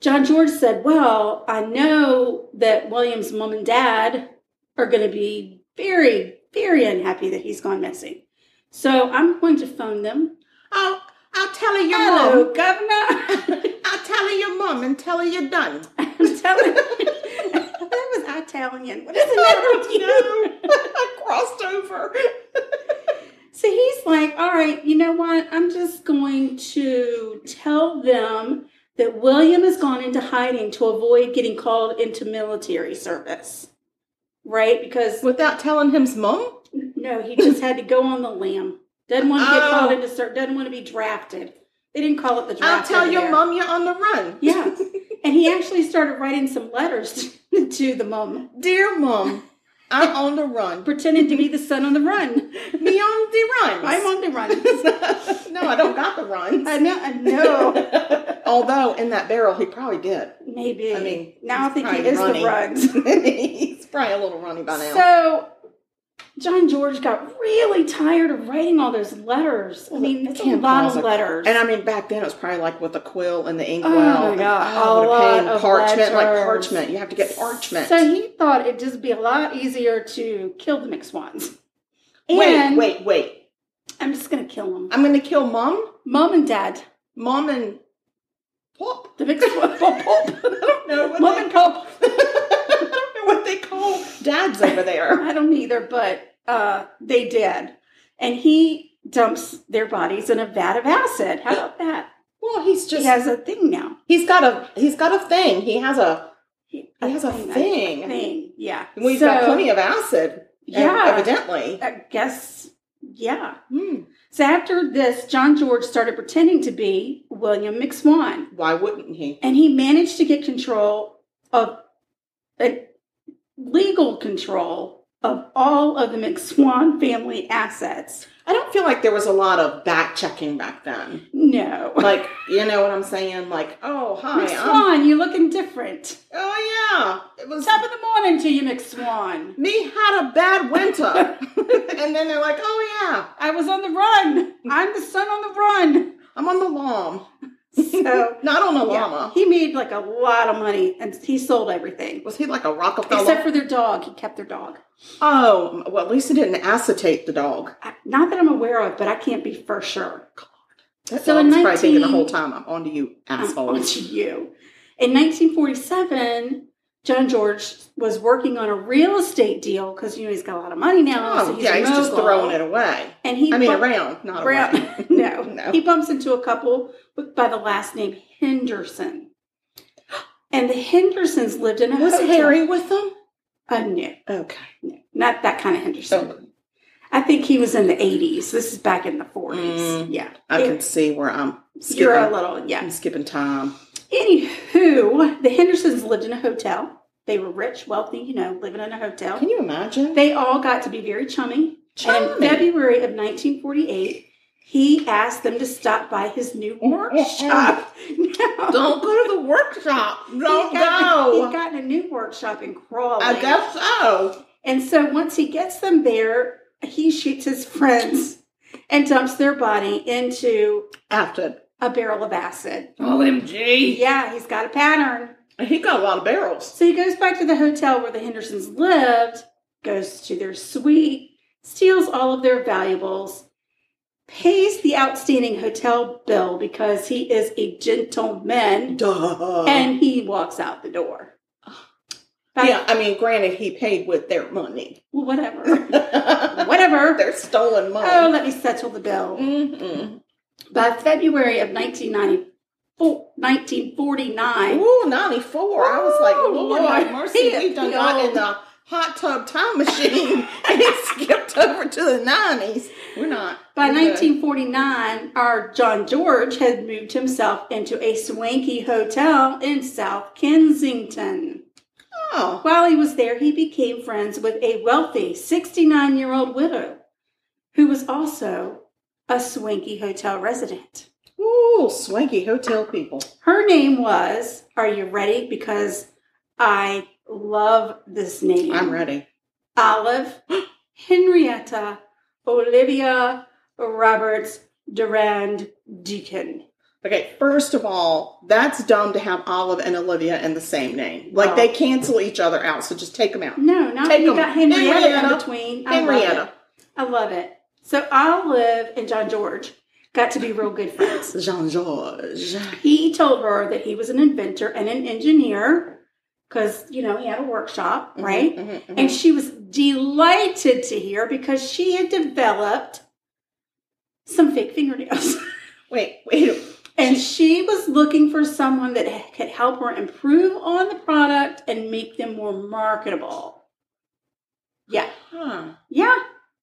A: John George said, Well, I know that William's mom and dad are going to be very, very unhappy that he's gone missing. So I'm going to phone them.
B: Oh, I'll tell her your
A: Hello,
B: mom.
A: Governor.
B: I'll tell her your mom and tell her you're done.
A: I'm telling that was Italian. What is the matter with you?
B: I crossed over.
A: So he's like, all right, you know what? I'm just going to tell them that William has gone into hiding to avoid getting called into military service. Right? Because,
B: Without telling him's mom?
A: no, he just had to go on the lamb. Doesn't want to get
B: Oh.
A: called into service, doesn't want to be drafted. They didn't call it the draft.
B: I'll tell
A: over
B: your
A: there.
B: mom you're on the run.
A: Yeah. and he actually started writing some letters to the mom,
B: Dear mom, I'm on the run.
A: pretending to be the son on the run.
B: Me on the runs.
A: I'm on the run.
B: no, I don't got the runs.
A: I know, I know.
B: Although in that barrel, he probably did.
A: Maybe.
B: I mean,
A: now I think he
B: probably
A: is
B: running.
A: the rugs.
B: He's probably a little runny by now.
A: So John George got really tired of writing all those letters. I mean, it's a
B: Can't
A: lot
B: pause
A: of
B: it.
A: letters.
B: And I mean, back then it was probably like with a quill and the inkwell.
A: Oh my
B: and,
A: God,
B: what
A: a lot
B: pain.
A: of
B: parchment, like
A: letters.
B: parchment. You have to get parchment.
A: So he thought it'd just be a lot easier to kill the mixed ones.
B: wait,
A: And
B: wait, wait.
A: I'm just gonna kill them.
B: I'm gonna kill mom,
A: Mom and Dad,
B: mom and pop.
A: the mixed ones.
B: Pop, pop. I don't know what
A: Mom
B: they,
A: and Pop.
B: I don't know what they call dads over there.
A: I don't either, but uh, they did. And he dumps their bodies in a vat of acid. How about that?
B: Well, he's just
A: he has a thing now.
B: he's got a he's got a thing. He has a
A: He
B: he has a
A: A
B: thing.
A: thing, yeah.
B: Well, he's got plenty of acid. e-
A: Yeah. Uh,
B: evidently.
A: I guess, yeah.
B: Hmm.
A: So after this, John George started pretending to be William McSwan,
B: Why wouldn't he?
A: and he managed to get control of uh, legal control of all of the McSwan family assets.
B: I don't feel like there was a lot of back checking back then.
A: No.
B: Like, you know what I'm saying? Like, oh hi, I'm
A: McSwan, you looking different.
B: oh yeah. It was
A: Top of the morning to you, McSwan.
B: me had a bad winter. and then they're like, oh yeah,
A: I was on the run. I'm the son on the run.
B: I'm on the lawn.
A: So
B: Not on a
A: yeah,
B: llama.
A: he made like a lot of money, and he sold everything
B: Was he like a Rockefeller?
A: except for their dog. He kept their dog.
B: oh, well, at least he didn't acetate the dog.
A: I- Not that I'm aware of, but I can't be for sure.
B: That
A: So
B: dog's
A: in Oh,
B: probably thinking the
A: 19
B: whole time, I'm onto you,
A: I'm
B: asshole.
A: on to you. In 1947, John George was working on a real estate deal because you know he's got a lot of money now. so
B: Oh,
A: he's
B: yeah,
A: a
B: he's just
A: mogul.
B: throwing it away.
A: And he
B: I mean,
A: bump-
B: around, not
A: Brown-
B: away.
A: no.
B: No.
A: he bumps into a couple with- by the last name Henderson, and the Hendersons lived in a
B: Was
A: hotel.
B: Harry with them?
A: Uh, no,
B: Okay.
A: no, not that kind of Henderson.
B: So
A: I think he was in the 80s. This is back in the 40s.
B: Mm,
A: yeah,
B: I
A: It-
B: can see where I'm skipping.
A: you're a little yeah.
B: I'm skipping time.
A: Anywho, the Hendersons lived in a hotel. They were rich, wealthy, you know, living in a hotel.
B: Can you imagine?
A: They all got to be very chummy. And in
B: Chummy.
A: February of 1948, he asked them to stop by his new workshop. No.
B: Don't go to the workshop. Don't
A: he got,
B: go.
A: He got in a new workshop in Crawley.
B: I guess so.
A: And so once he gets them there, he shoots his friends and dumps their body into
B: After
A: a barrel of acid.
B: OMG.
A: Yeah, he's got a pattern.
B: He got a lot of barrels.
A: So he goes back to the hotel where the Hendersons lived, goes to their suite, steals all of their valuables, pays the outstanding hotel bill because he is a gentleman,
B: Duh.
A: and he walks out the door. Back-
B: yeah, I mean, granted, he paid with their money.
A: Well, whatever.
B: their
A: whatever.
B: stolen
A: Oh,
B: money.
A: let me settle the bill.
B: Mm-mm.
A: By February of 1994, 1949,
B: Ooh, 94. I was like,
A: Ooh,
B: Lord,
A: Lord.
B: mercy, we done got in the hot tub time machine and skipped over to the 90s. We're not.
A: By
B: We're good.
A: 1949, our John George had moved himself into a swanky hotel in South Kensington.
B: Oh,
A: While he was there, he became friends with a wealthy 69 year old widow who was also a swanky hotel resident.
B: ooh, swanky hotel people.
A: Her name was, are you ready? Because I love this name.
B: I'm ready.
A: Olive, Henrietta, Olivia, Roberts, Durand, Deacon.
B: Okay, first of all, that's dumb to have Olive and Olivia in the same name. Like
A: Oh.
B: they cancel each other out, so just take them out.
A: No, not
B: Take
A: you
B: 'em.
A: got Henrietta,
B: Henrietta.
A: in between. I Love
B: Henrietta,
A: it. I love it. So Olive and John George got to be real good friends.
B: Jean Georges.
A: He told her that he was an inventor and an engineer because, you know, he had a workshop, right?
B: Mhm, mhm, mhm.
A: And she was delighted to hear because she had developed some fake fingernails.
B: Wait, wait.
A: And she was looking for someone that could help her improve on the product and make them more marketable. Yeah,
B: Huh.
A: yeah,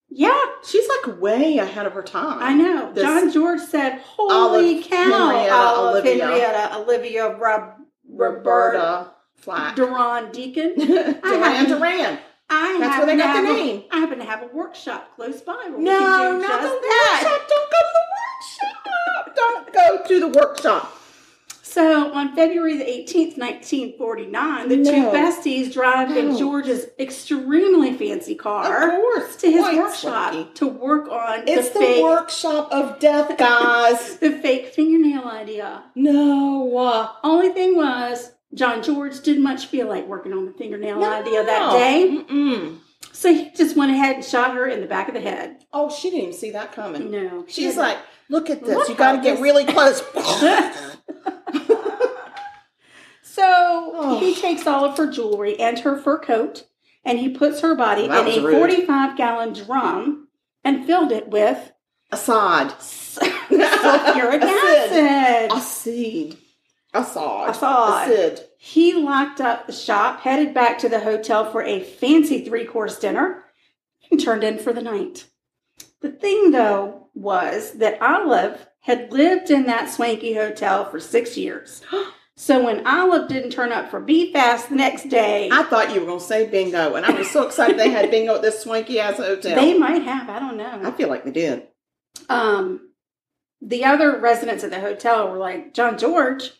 A: yeah.
B: She's like way ahead of her time.
A: I know.
B: This-
A: John George said, "Holy
B: Olive,
A: cow!"
B: Henrietta,
A: Olive,
B: Olivia.
A: Henrietta, Olivia, Rob, Roberta,
B: Roberta Flack.
A: Duran Deacon.
B: Duran
A: haven't-
B: Duran.
A: I
B: That's
A: happen
B: where they
A: to
B: got the
A: have a-
B: name.
A: I happen to have a workshop close by. Where we
B: No,
A: can do
B: not the
A: just that.
B: workshop. Don't go to the workshop. Don't go to the workshop.
A: So on February the 18th, 1949, the two
B: No.
A: besties drive in
B: No.
A: George's extremely fancy
B: Of
A: car
B: course.
A: to his
B: Quite
A: workshop
B: swanky.
A: to work on
B: It's
A: the,
B: the
A: fake,
B: workshop of death, guys.
A: the fake fingernail idea.
B: no. uh,
A: Only thing was, John George didn't much feel like working on the fingernail
B: no.
A: idea that day.
B: Mm-mm.
A: So he just went ahead and shot her in the back of the head.
B: Oh, she didn't even see that coming.
A: No. she
B: She's
A: had-
B: like, look at this.
A: Look
B: you got to
A: at
B: get
A: this."
B: really close.
A: So
B: Oh.
A: he takes all of her jewelry and her fur coat, and he puts her body
B: That was
A: in a
B: rude.
A: 45 gallon drum and filled it with
B: Assad.
A: sulfuric acid.
B: Assad. Assad.
A: Assad.
B: Assad.
A: He locked up the shop, headed back to the hotel for a fancy three course dinner, and turned in for the night. The thing, though, was that Olive had lived in that swanky hotel for six years. So when Olive didn't turn up for B Fast the next day,
B: I thought you were going to say bingo, and I was so excited they had bingo at this swanky ass hotel.
A: They might have. I don't
B: I
A: know.
B: feel like they did.
A: Um, the other residents at the hotel were like, John George,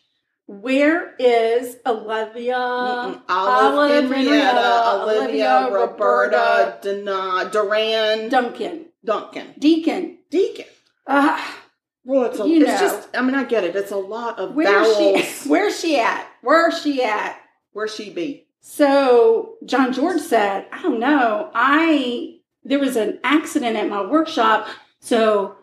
A: where is Olivia?
B: Mm-mm.
A: Uh,
B: Olive,
A: Olive,
B: Henrietta,
A: Henrietta,
B: Olivia,
A: Olivia,
B: Roberta, Dana, Duran,
A: Duncan.
B: Duncan,
A: Deacon.
B: Deacon.
A: Ugh.
B: Well, it's, a,
A: You
B: it's
A: know.
B: just, I mean, I get it. It's a lot of
A: Where's
B: vowels.
A: she? Where's she at? Where's she at?
B: Where she be?
A: So John George said, I don't know. I there was an accident at my workshop, so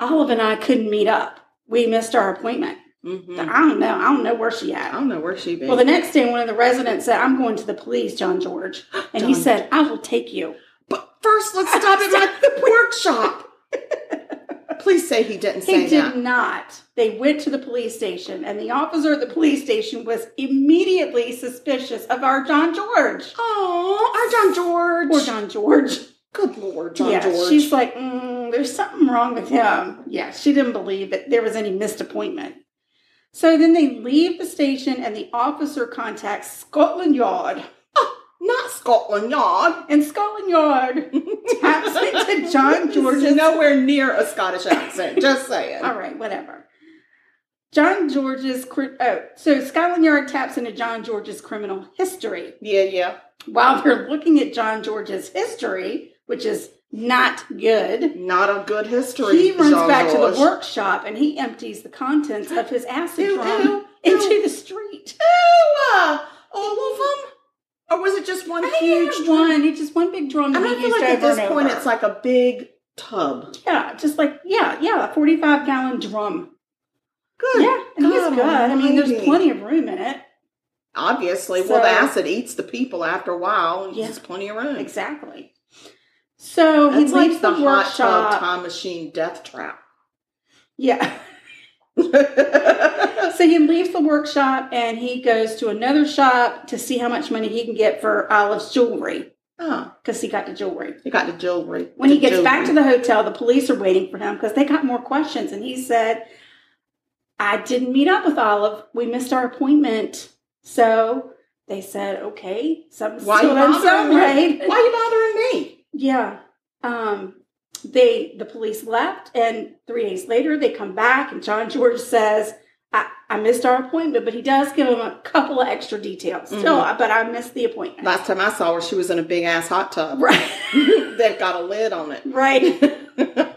A: Olive and I couldn't meet up. We missed our appointment.
B: Mm-hmm.
A: I don't know. I don't know where she
B: I
A: at.
B: don't know where she be.
A: Well, the next day, one of the residents said, "I'm going to the police, John George," and he
B: John.
A: said, "I will take you."
B: but first, let's stop at my workshop. Please say he didn't say
A: He did
B: that.
A: not. They went to the police station, and the officer at the police station was immediately suspicious of our John George.
B: Oh, our John George.
A: Poor John George.
B: Good Lord, John
A: yeah,
B: George.
A: she's like, mm, there's something wrong with him. Yeah, she didn't believe that there was any missed appointment. So then they leave the station, and the officer contacts Scotland Yard,
B: Not Scotland Yard.
A: and Scotland Yard taps into John
B: George
A: George's.
B: is nowhere near a Scottish accent. Just saying.
A: All right, whatever. John George's cri- oh, so Scotland Yard taps into John George's criminal history.
B: Yeah, yeah.
A: While they're looking at John George's history, which is not good,
B: Not a good history.
A: He runs
B: Jean
A: back to
B: George.
A: the workshop and he empties the contents of his acid
B: Ew,
A: drum
B: ew,
A: into
B: ew.
A: the street.
B: Ew, uh, all of them? Or was it just one
A: I think
B: huge
A: he had one. It's just one big drum. that
B: And I
A: he
B: feel
A: used
B: like at
A: over
B: this
A: and
B: point
A: over.
B: it's like a big tub.
A: yeah, just like yeah, yeah, a forty-five gallon drum.
B: Good.
A: yeah, and he's
B: God
A: good. I mean, there's
B: almighty.
A: plenty of room in it.
B: Obviously, well, the
A: So-
B: acid eats the people after a while. and
A: Yeah.
B: There's plenty of room.
A: Exactly. So
B: That's
A: he leaves
B: like the, hot tub
A: workshop.
B: time machine death trap.
A: yeah. So he leaves the workshop and he goes to another shop to see how much money he can get for Olive's jewelry
B: oh,
A: because he got the jewelry.
B: you got the jewelry.
A: When he
B: The
A: gets back to
B: jewelry.
A: the hotel, the police are waiting for him because they got more questions. And he said, I didn't meet up with Olive. We missed our appointment. So they said, okay, something's
B: why
A: still
B: you bothering
A: unsolved,
B: me?
A: right?
B: Why you bothering me?
A: Yeah. Um, they the police left, and three days later they come back, and John George says, I, I missed our appointment, but he does give him a couple of extra details. Still, but I missed the appointment.
B: Last time I saw her, she was in a big ass hot tub
A: right.
B: that got a lid on it.
A: right.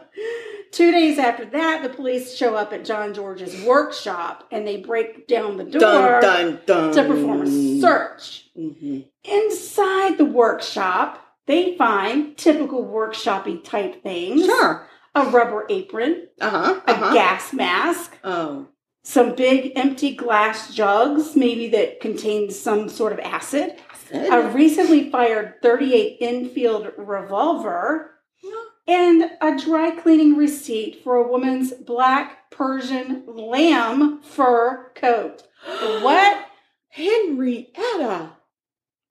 A: Two days after that, the police show up at John George's workshop and they break down the door
B: Dun dun dun.
A: to perform a search.
B: Mhm.
A: Inside the workshop, they find typical workshoppy type things:
B: Sure.
A: a rubber apron,
B: Uh huh.
A: a
B: Uh huh.
A: gas mask,
B: Oh.
A: some big empty glass jugs, maybe that contains some sort of acid, a recently fired 38 Enfield revolver, and a dry cleaning receipt for a woman's black Persian lamb fur coat. What?
B: Henrietta.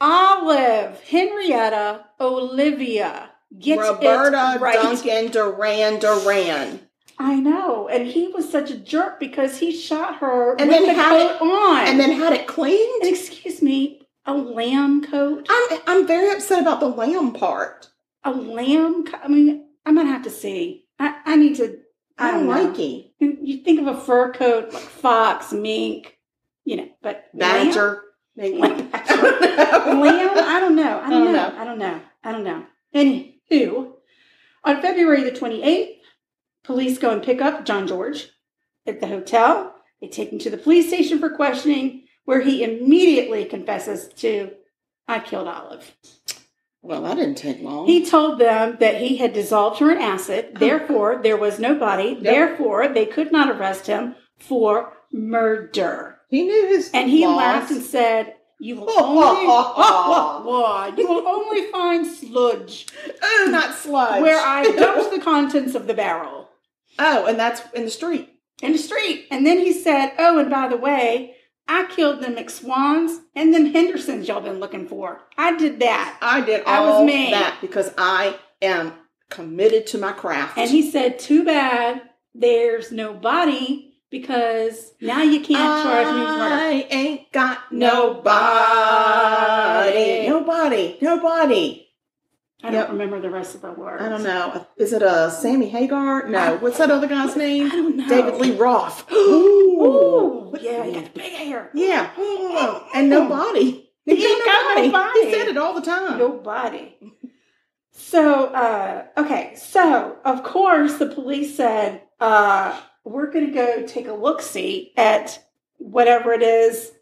A: Olive, Henrietta, Olivia. Get
B: Roberta
A: it right.
B: Duncan Duran Duran.
A: I know. And he was such a jerk because he shot her
B: And
A: with
B: then
A: the
B: had
A: coat
B: it-
A: on.
B: And then had it
A: And
B: cleaned.
A: excuse me, a lamb coat?
B: I'm I'm very upset about the lamb part.
A: A lamb coat? I mean, I'm going to have to see. I, I need to.
B: I don't
A: know.
B: like it.
A: You- You think of a fur coat like fox, mink, you know, but
B: Badger. Maybe.
A: Lamb? Lamb? Lamb? I don't know. I don't know. I don't know. I don't know. Anywho, on February the 28th, police go and pick up John George at the hotel. They take him to the police station for questioning, where he immediately confesses to, I killed Olive.
B: Well, that didn't take long.
A: He told them that he had dissolved her in acid, therefore, there was no body, therefore, they could not arrest him for murder.
B: He knew his
A: And he
B: laws.
A: laughed and said, "You will only, Why? you will only find sludge
B: Oh, not sludge.
A: where I dumped the contents of the barrel
B: Oh, and that's in the street.
A: in the street." And then he said, "Oh, and by the way, I killed the McSwans and them Hendersons y'all been looking for. I did that."
B: I did
A: That
B: all
A: was me.
B: that because I am committed to my craft.
A: And he said, "Too bad there's no body because now you can't charge me with murder."
B: I ain't got nobody. Nobody. Nobody.
A: I don't
B: Yep.
A: remember the rest of the words.
B: I don't know. Is it a Sammy Hagar? No. What's that other guy's name?
A: I don't know.
B: David Lee Roth.
A: Ooh,
B: Ooh.
A: yeah, he got the big hair.
B: Yeah. And nobody. He,
A: He ain't got nobody.
B: He said it all the time.
A: Nobody. So, uh, okay. So, of course, the police said, uh, we're going to go take a look see at whatever it is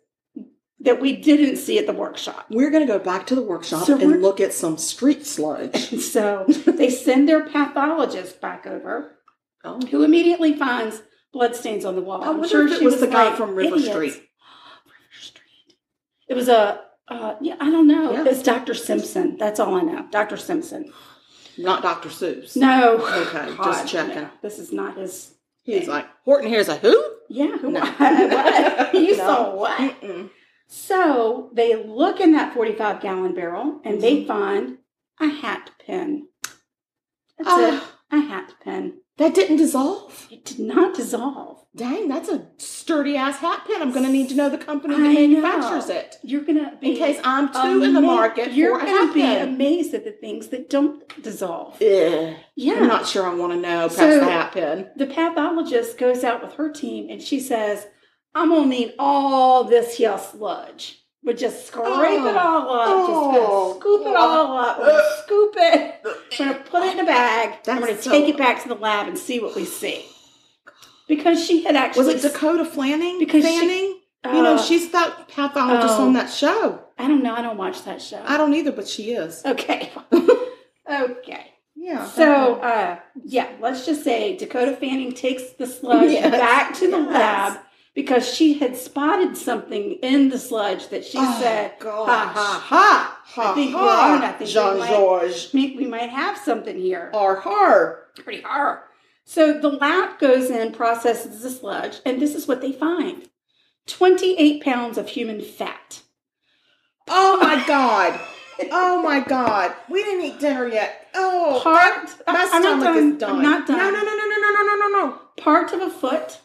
A: that we didn't see at the workshop.
B: We're going to go back to the workshop
A: So we're-
B: and look at some street sludge.
A: And so they send their pathologist back over,
B: Oh,
A: who immediately finds bloodstains on the wall.
B: I wonder if it was the guy from River
A: "Idiots."
B: Street."
A: River Street. It was a, uh, yeah, I don't know.
B: Yeah.
A: It's Dr. Simpson. That's all I know. Dr. Simpson.
B: not Dr. Seuss.
A: No.
B: Okay, just checking.
A: This is not his.
B: He's like, Horton here's a who?
A: Yeah. who-
B: No.
A: what? You saw what?
B: Mm-mm.
A: So they look in that 45 gallon barrel and they
B: Mm-hmm.
A: find a hat pin. That's
B: Ah.
A: it, a hat pin.
B: That didn't dissolve.
A: It did not dissolve.
B: Dang, that's a sturdy ass hat pin. I'm going to need to know the company that
A: I know.
B: manufactures it
A: You're gonna be
B: in case I'm too in the
A: ama-
B: market
A: You're
B: for a
A: gonna
B: hat
A: be
B: pin.
A: amazed at the things that don't dissolve.
B: Ugh.
A: Yeah.
B: I'm not sure I want to know. Perhaps
A: So-
B: the hat pin.
A: the pathologist goes out with her team and she says, I'm gonna need all this here sludge. But just scrape it all up. just
B: Oh.
A: gonna scoop it all up. We're gonna scoop it. We're gonna put it in a bag.
B: That's
A: I'm gonna
B: so-
A: take it back to the lab and see what we see. Because she had actually
B: Was it Dakota Flanning?
A: Because she-
B: Fanning? you know,
A: uh,
B: she's that pathologist
A: oh.
B: on that show.
A: I don't know, I don't watch that show.
B: I don't either, but she is.
A: okay. okay.
B: Yeah.
A: So uh, yeah, let's just say Dakota Fanning takes the sludge
B: Yes.
A: back to the
B: Yes.
A: lab because she had spotted something in the sludge that she
B: Oh,
A: said,
B: gosh.
A: "Ha ha,
B: ha ha
A: I think we're
B: ha,
A: on. I think we
B: Jean
A: might-
B: Georges
A: think we might have something here."
B: or her.
A: Pretty hard. So the lab goes in, processes the sludge, and this is what they find: twenty-eight pounds of human fat.
B: Oh my god. Oh my god. We didn't eat dinner yet. Oh,
A: Part.
B: my
A: I'm not
B: stomach
A: done.
B: is done.
A: I'm not done.
B: No, no, no, no, no, no, no, no, no.
A: Part of a foot.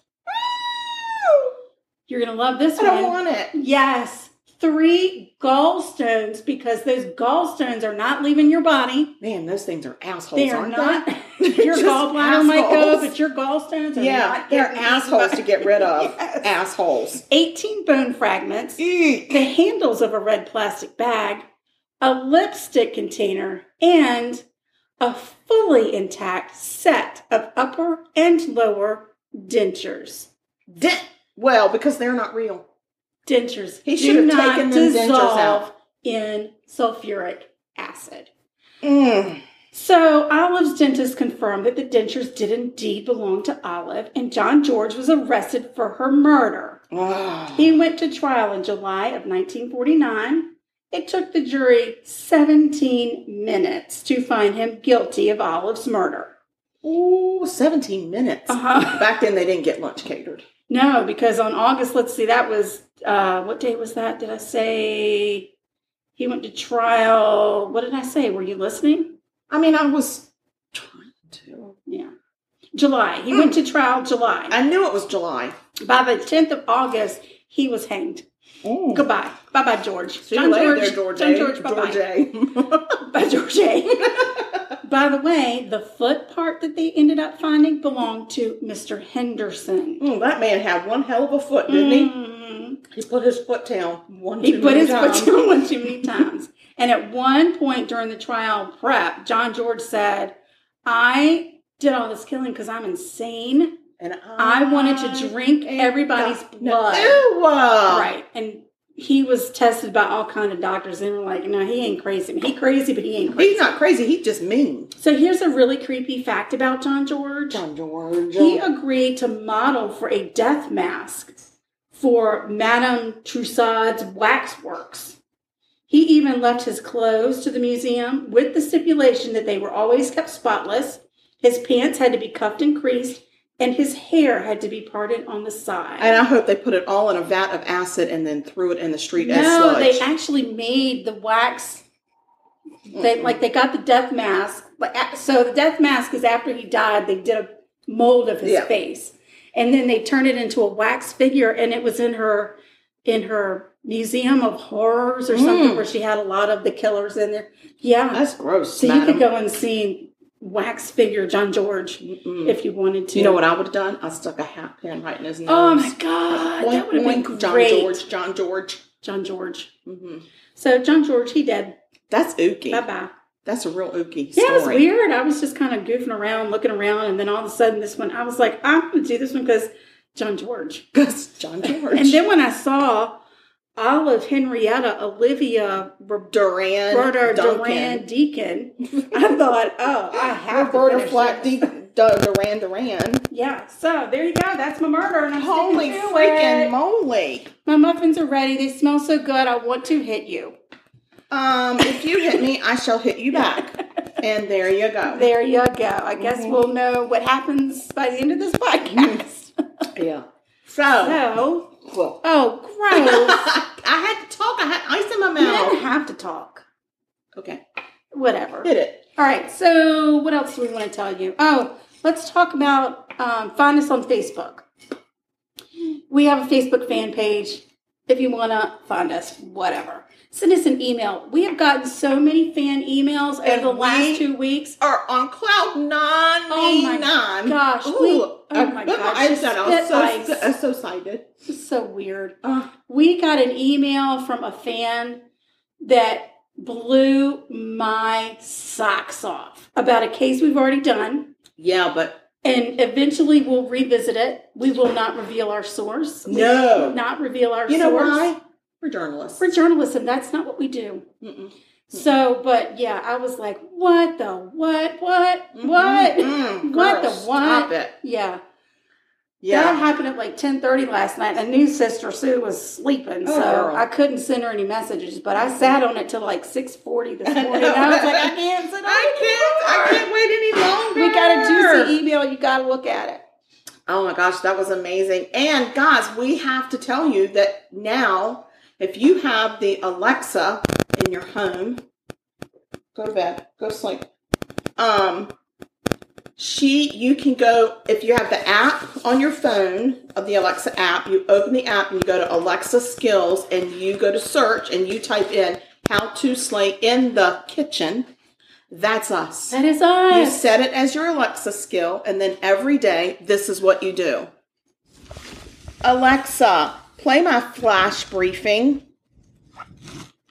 A: You're gonna love this
B: I
A: one.
B: don't want it.
A: Yes, three gallstones because those gallstones are not leaving your body.
B: Man, those things are assholes,
A: They are
B: aren't
A: not.
B: they?
A: your
B: Just
A: gallbladder might go,
B: assholes.
A: but your gallstones are
B: yeah,
A: not.
B: they're
A: getting
B: assholes to
A: eaten by-
B: get rid of.
A: Yes.
B: Assholes.
A: Eighteen bone fragments,
B: Eek.
A: the handles of a red plastic bag, a lipstick container, and a fully intact set of upper and lower dentures.
B: Dent. Well, because they're not real.
A: Dentures
B: He should
A: do
B: have
A: not
B: taken them dentures
A: dissolve in sulfuric acid.
B: Mm.
A: So Olive's dentist confirmed that the dentures did indeed belong to Olive, and John George was arrested for her murder.
B: Ah.
A: He went to trial in July of 1949. It took the jury 17 minutes to find him guilty of Olive's murder.
B: Ooh, 17 minutes.
A: Uh-huh.
B: Back then, they didn't get lunch catered.
A: No, because on August, let's see, that was uh, what day was that? Did I say he went to trial? What did I say? Were you listening?
B: I mean, I was trying to.
A: Yeah. July. He went to trial July.
B: I knew it was July.
A: By the 10th of August, he was hanged.
B: Mm.
A: Goodbye. Bye bye, George.
B: See you later, there, George.
A: John
B: A.
A: George, bye
B: George
A: bye.
B: A.
A: Bye, George. A. by the way, the foot part that they ended up finding belonged to Mr. Henderson.
B: Mm, that man had one hell of a foot, didn't
A: Mhm.
B: he? He put his foot down one
A: He
B: too
A: put
B: many
A: his
B: times.
A: foot down one too many times. And at one point during the trial prep, John George said, I did all this killing because I'm insane.
B: And
A: I wanted to drink
B: am
A: everybody's
B: not-
A: blood.
B: Ew. uh, Um,
A: Right. And he was tested by all kind of doctors and were like, no, he ain't crazy. He crazy, but he ain't crazy.
B: He's not crazy. He's just mean.
A: So here's a really creepy fact about John George.
B: John George.
A: He agreed to model for a death mask for Madame Troussaud's waxworks. He even left his clothes to the museum with the stipulation that they were always kept spotless. His pants had to be cuffed and creased, and his hair had to be parted on the side.
B: and I hope they put it all in a vat of acid and then threw it in the street as
A: No,
B: sludge.
A: they actually made the wax. They like they got the death mask, but a- so the death mask is after he died. They did a mold of his
B: Yeah.
A: face, and then they turned it into a wax figure, and it was in her in her museum of horrors or
B: Mm.
A: something where she had a lot of the killers in there. Yeah,
B: That's gross.
A: so you
B: madam.
A: could go and see wax figure John George
B: Mm-mm.
A: if you wanted to.
B: Mm. You know what I would have done? I stuck a hat pin right in his nose.
A: Oh my God, that would have been
B: Oink,
A: great,
B: John George. John George.
A: John George.
B: Mhm.
A: So John George, he dead.
B: That's ooky.
A: Bye bye.
B: That's a real ookie story.
A: Yeah, it was weird. I was just kind of goofing around, looking around, and then all of a sudden, this one, I was like, I'm going to do this one because John George.
B: Because John George.
A: And then when I saw Olive, Henrietta, Olivia, Roberta,
B: Duran,
A: Duran, Deacon, I thought, oh, I have to
B: Roberta
A: finish
B: Flack,
A: this.
B: D- Duran Duran.
A: Yeah, so there you go. That's my murder, and I'm
B: Holy
A: sticking to
B: freaking
A: it.
B: moly!
A: my muffins are ready. They smell so good. I want to hit you.
B: Um, if you hit me, I shall hit you back. and there you go.
A: There you go. I guess we'll know what happens by the end of this podcast.
B: Yeah. So,
A: so,
B: well,
A: oh, gross.
B: I had to talk. I had ice in my
A: you didn't
B: mouth.
A: have to talk.
B: Okay,
A: Whatever.
B: hit it.
A: All right. So, what else do we want to tell you? Oh, let's talk about um, find us on Facebook. We have a Facebook fan page. If you want to find us, whatever. Send us an email. We have gotten so many fan emails over
B: And
A: the
B: we-
A: last two weeks.
B: Or on cloud nine
A: Oh my
B: nine.
A: gosh,
B: Ooh,
A: we- oh
B: I-
A: my
B: but
A: gosh,
B: I
A: just
B: said I was
A: spit
B: so
A: ice.
B: I was so excited.
A: This is so weird.
B: Uh,
A: we got an email from a fan that blew my socks off about a case we've already done
B: yeah, but
A: and eventually we'll revisit it we will not reveal our source we
B: No.
A: will not reveal our
B: you know
A: source
B: why? We're journalists.
A: we're journalists and that's not what we do
B: Mm-mm.
A: so but yeah i was like what the what what
B: Mm-hmm,
A: what
B: Mm-mm.
A: What
B: Girl,
A: the
B: Stop
A: what?
B: it.
A: yeah That
B: Yeah.
A: happened at like 10:30 last night. and new sister Sue was sleeping,
B: Oh,
A: so
B: girl.
A: I couldn't send her any messages. But I sat on it till like 6:40 this morning. I was like, I can't sit on
B: I can't. I
A: it.
B: can't wait any longer.
A: We got a juicy email. You got to look at it.
B: Oh my gosh, that was amazing. And guys, we have to tell you that now, if you have the Alexa in your home, go to bed, go to sleep. Um, she, you can go, if you have the app on your phone of the Alexa app, you open the app and you go to Alexa Skills and you go to search and you type in how to slay in the kitchen. That's us.
A: That is
B: You
A: us.
B: set it as your Alexa skill, and then every day, this is what you do. Alexa, play my flash briefing.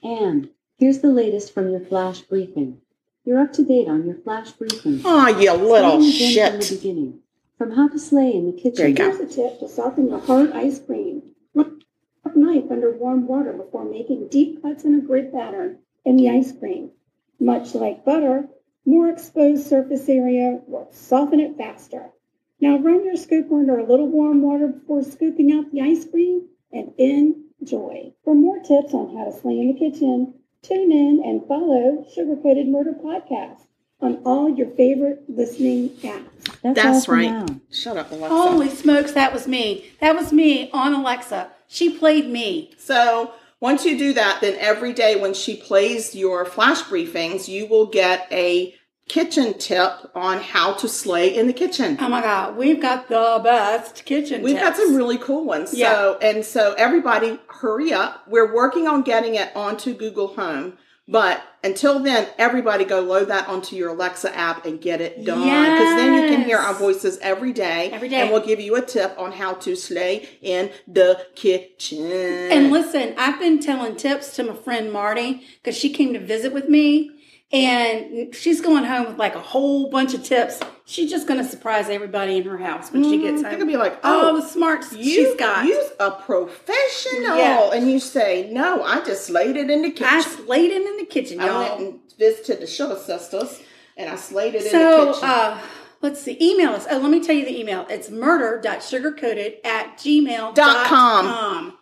C: And here's the latest from your flash briefing. You're up to date on your flash briefing.
B: Aw, you
D: Oh
B: little
C: Starting again From the
B: shit.
C: beginning, from how to slay in the kitchen.
B: There you go.
D: Here's a tip to soften your hard ice cream. Rub a knife under warm water before making deep cuts in a grid pattern in the ice cream. Much like butter, more exposed surface area will soften it faster. Now run your scooper under a little warm water before scooping out the ice cream and enjoy. For more tips on how to slay in the kitchen, tune in and follow Sugar Coated Murder Podcast on all your favorite listening apps.
C: That's, all
B: That's
C: for
B: right.
C: now.
B: Shut up, Alexa.
A: Holy smokes, that was me. That was me on Alexa. She played me.
B: So once you do that, then every day when she plays your flash briefings, you will get a kitchen tip on how to slay in the kitchen.
A: Oh my god, we've got the best kitchen.
B: We've got
A: tips.
B: some really cool ones.
A: Yeah.
B: So and so everybody hurry up. We're working on getting it onto Google Home. But until then, everybody go load that onto your Alexa app and get it done. Because then you can hear our
A: Yes.
B: voices every day.
A: Every day.
B: And we'll give you a tip on how to slay in the kitchen.
A: And listen, I've been telling tips to my friend Marty because she came to visit with me, and she's going home with like a whole bunch of tips. She's just going to surprise everybody in her house when she gets
B: They're
A: home.
B: gonna be like,
A: all
B: oh,
A: the smarts
B: you,
A: she's got.
B: You's a professional.
A: Yeah.
B: And you say, no, I just slayed it in the kitchen.
A: I slayed him in the kitchen,
B: I went
A: y'all.
B: and visited the Sugar Sisters and I slayed it in the
A: So
B: kitchen.
A: uh, let's see. Email us. Oh, let me tell you the email. It's murder.sugarcoated at gmail.com.
B: Dot com.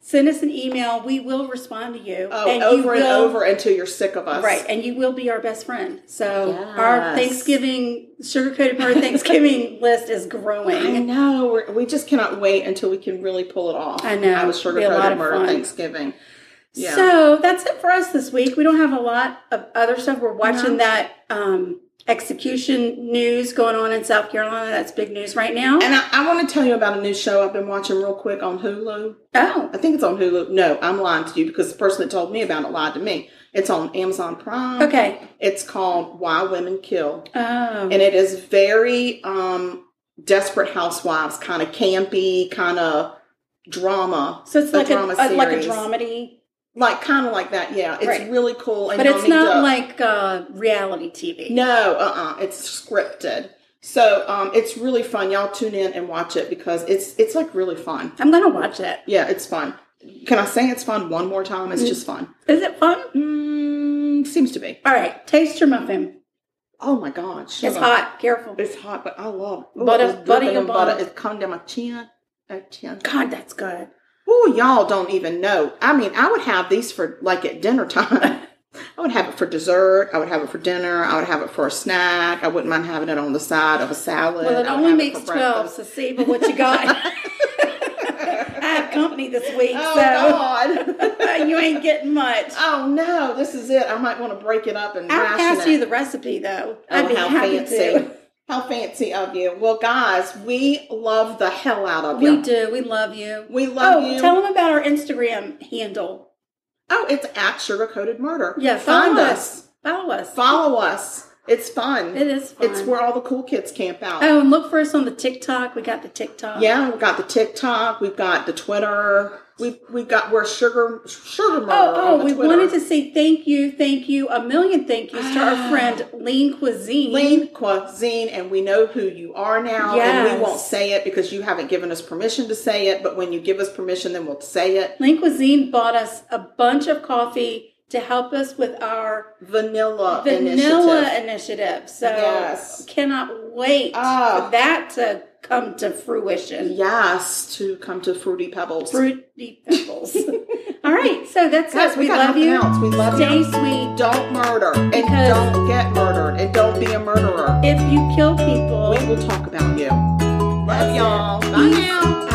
A: Send us an email. We will respond to you.
B: Oh,
A: and you
B: over and
A: will-
B: over until you're sick of us.
A: Right, and you will be our best friend. So our Thanksgiving sugar coated murder Thanksgiving list is
B: I
A: growing.
B: know. We're, we just cannot wait until we can really pull it off.
A: I know.
B: I was
A: It'll
B: sugar
A: be a lot
B: coated
A: of
B: murder
A: fun.
B: Thanksgiving. Yeah.
A: So that's it for us this week. We don't have a lot of other stuff. We're watching that um, execution news going on in South Carolina. That's big news right now.
B: and I, I want to tell you about a new show I've been watching real quick on Hulu.
A: oh,
B: I think it's on Hulu. No, I'm lying to you because the person that told me about it lied to me. It's on Amazon Prime.
A: okay.
B: It's called Why Women Kill.
A: Oh,
B: And it is very um, Desperate Housewives, kind of campy, kind of drama.
A: so it's like a,
B: drama
A: a- like a
B: series.
A: dramedy.
B: like kind of like that. Yeah, it's
A: Right.
B: really cool. And
A: But
B: y'all
A: it's
B: need to-
A: not like uh, reality TV.
B: no, uh, uh it's scripted. So um, it's really fun. Y'all tune in and watch it because it's it's like really fun.
A: I'm gonna watch it.
B: Yeah, it's fun. Can I say it's fun one more time? It's just fun.
A: Is it fun?
B: Mm, seems to be.
A: All right, taste your muffin.
B: Oh my God, shut
A: It's
B: up.
A: hot. Careful.
B: It's hot, but I love it. Ooh,
A: Butter-
B: it's dripping
A: butter your
B: in butter.
A: butter.
B: It's coming down my chin. Oh, chin.
A: God, that's good.
B: Ooh, y'all don't even know. I mean, I would have these for like at dinner time. I would have it for dessert. I would have it for dinner. I would have it for a snack. I wouldn't mind having it on the side of a salad.
A: Well, it
B: I would
A: only
B: have
A: makes
B: for
A: twelve,
B: breakfast.
A: so savor what you got. I have company this week,
B: Oh
A: so
B: God!
A: you ain't getting much.
B: oh no! This is it. I might want to break it up and
A: I'll
B: ration
A: pass
B: it.
A: you the recipe though.
B: Oh,
A: I'd be
B: how
A: happy
B: fancy!
A: to.
B: How fancy of you. Well, guys, we love the hell out of you.
A: We do. We love you.
B: We love
A: oh,
B: you.
A: tell them about our Instagram handle.
B: oh, it's at Sugar Coated Murder.
A: Yeah, follow
B: find
A: us.
B: us.
A: Follow us.
B: Follow us. It's fun.
A: It is fun.
B: It's where all the cool kids camp out.
A: Oh, and look for us on the TikTok. We got the TikTok.
B: Yeah, we've got the TikTok, we've got the Twitter, we've we've got we're sugar sugar murder.
A: Oh,
B: on
A: oh,
B: the
A: we
B: Twitter.
A: wanted to say thank you, thank you, a million thank yous to our friend Lean Cuisine.
B: Ah. Lean cuisine, and we know who you are now, and
A: Yes.
B: we won't say it because you haven't given us permission to say it. But when you give us permission, then we'll say it.
A: Lean Cuisine bought us a bunch of coffee to help us with our
B: Vanilla,
A: vanilla
B: initiative.
A: initiative. So
B: Yes.
A: cannot wait
B: Ah.
A: for that to come to fruition.
B: Yes, to come to fruity pebbles.
A: Fruity pebbles. All right, so that's
B: Guys,
A: it.
B: we
A: We
B: got
A: love
B: nothing
A: you.
B: else. We love
A: Stay
B: you.
A: sweet.
B: Don't murder, and
A: Because-
B: don't get murdered, and don't be a murderer.
A: If you kill people,
B: We will talk about you. Love y'all. Bye
A: peace
B: now.
A: out.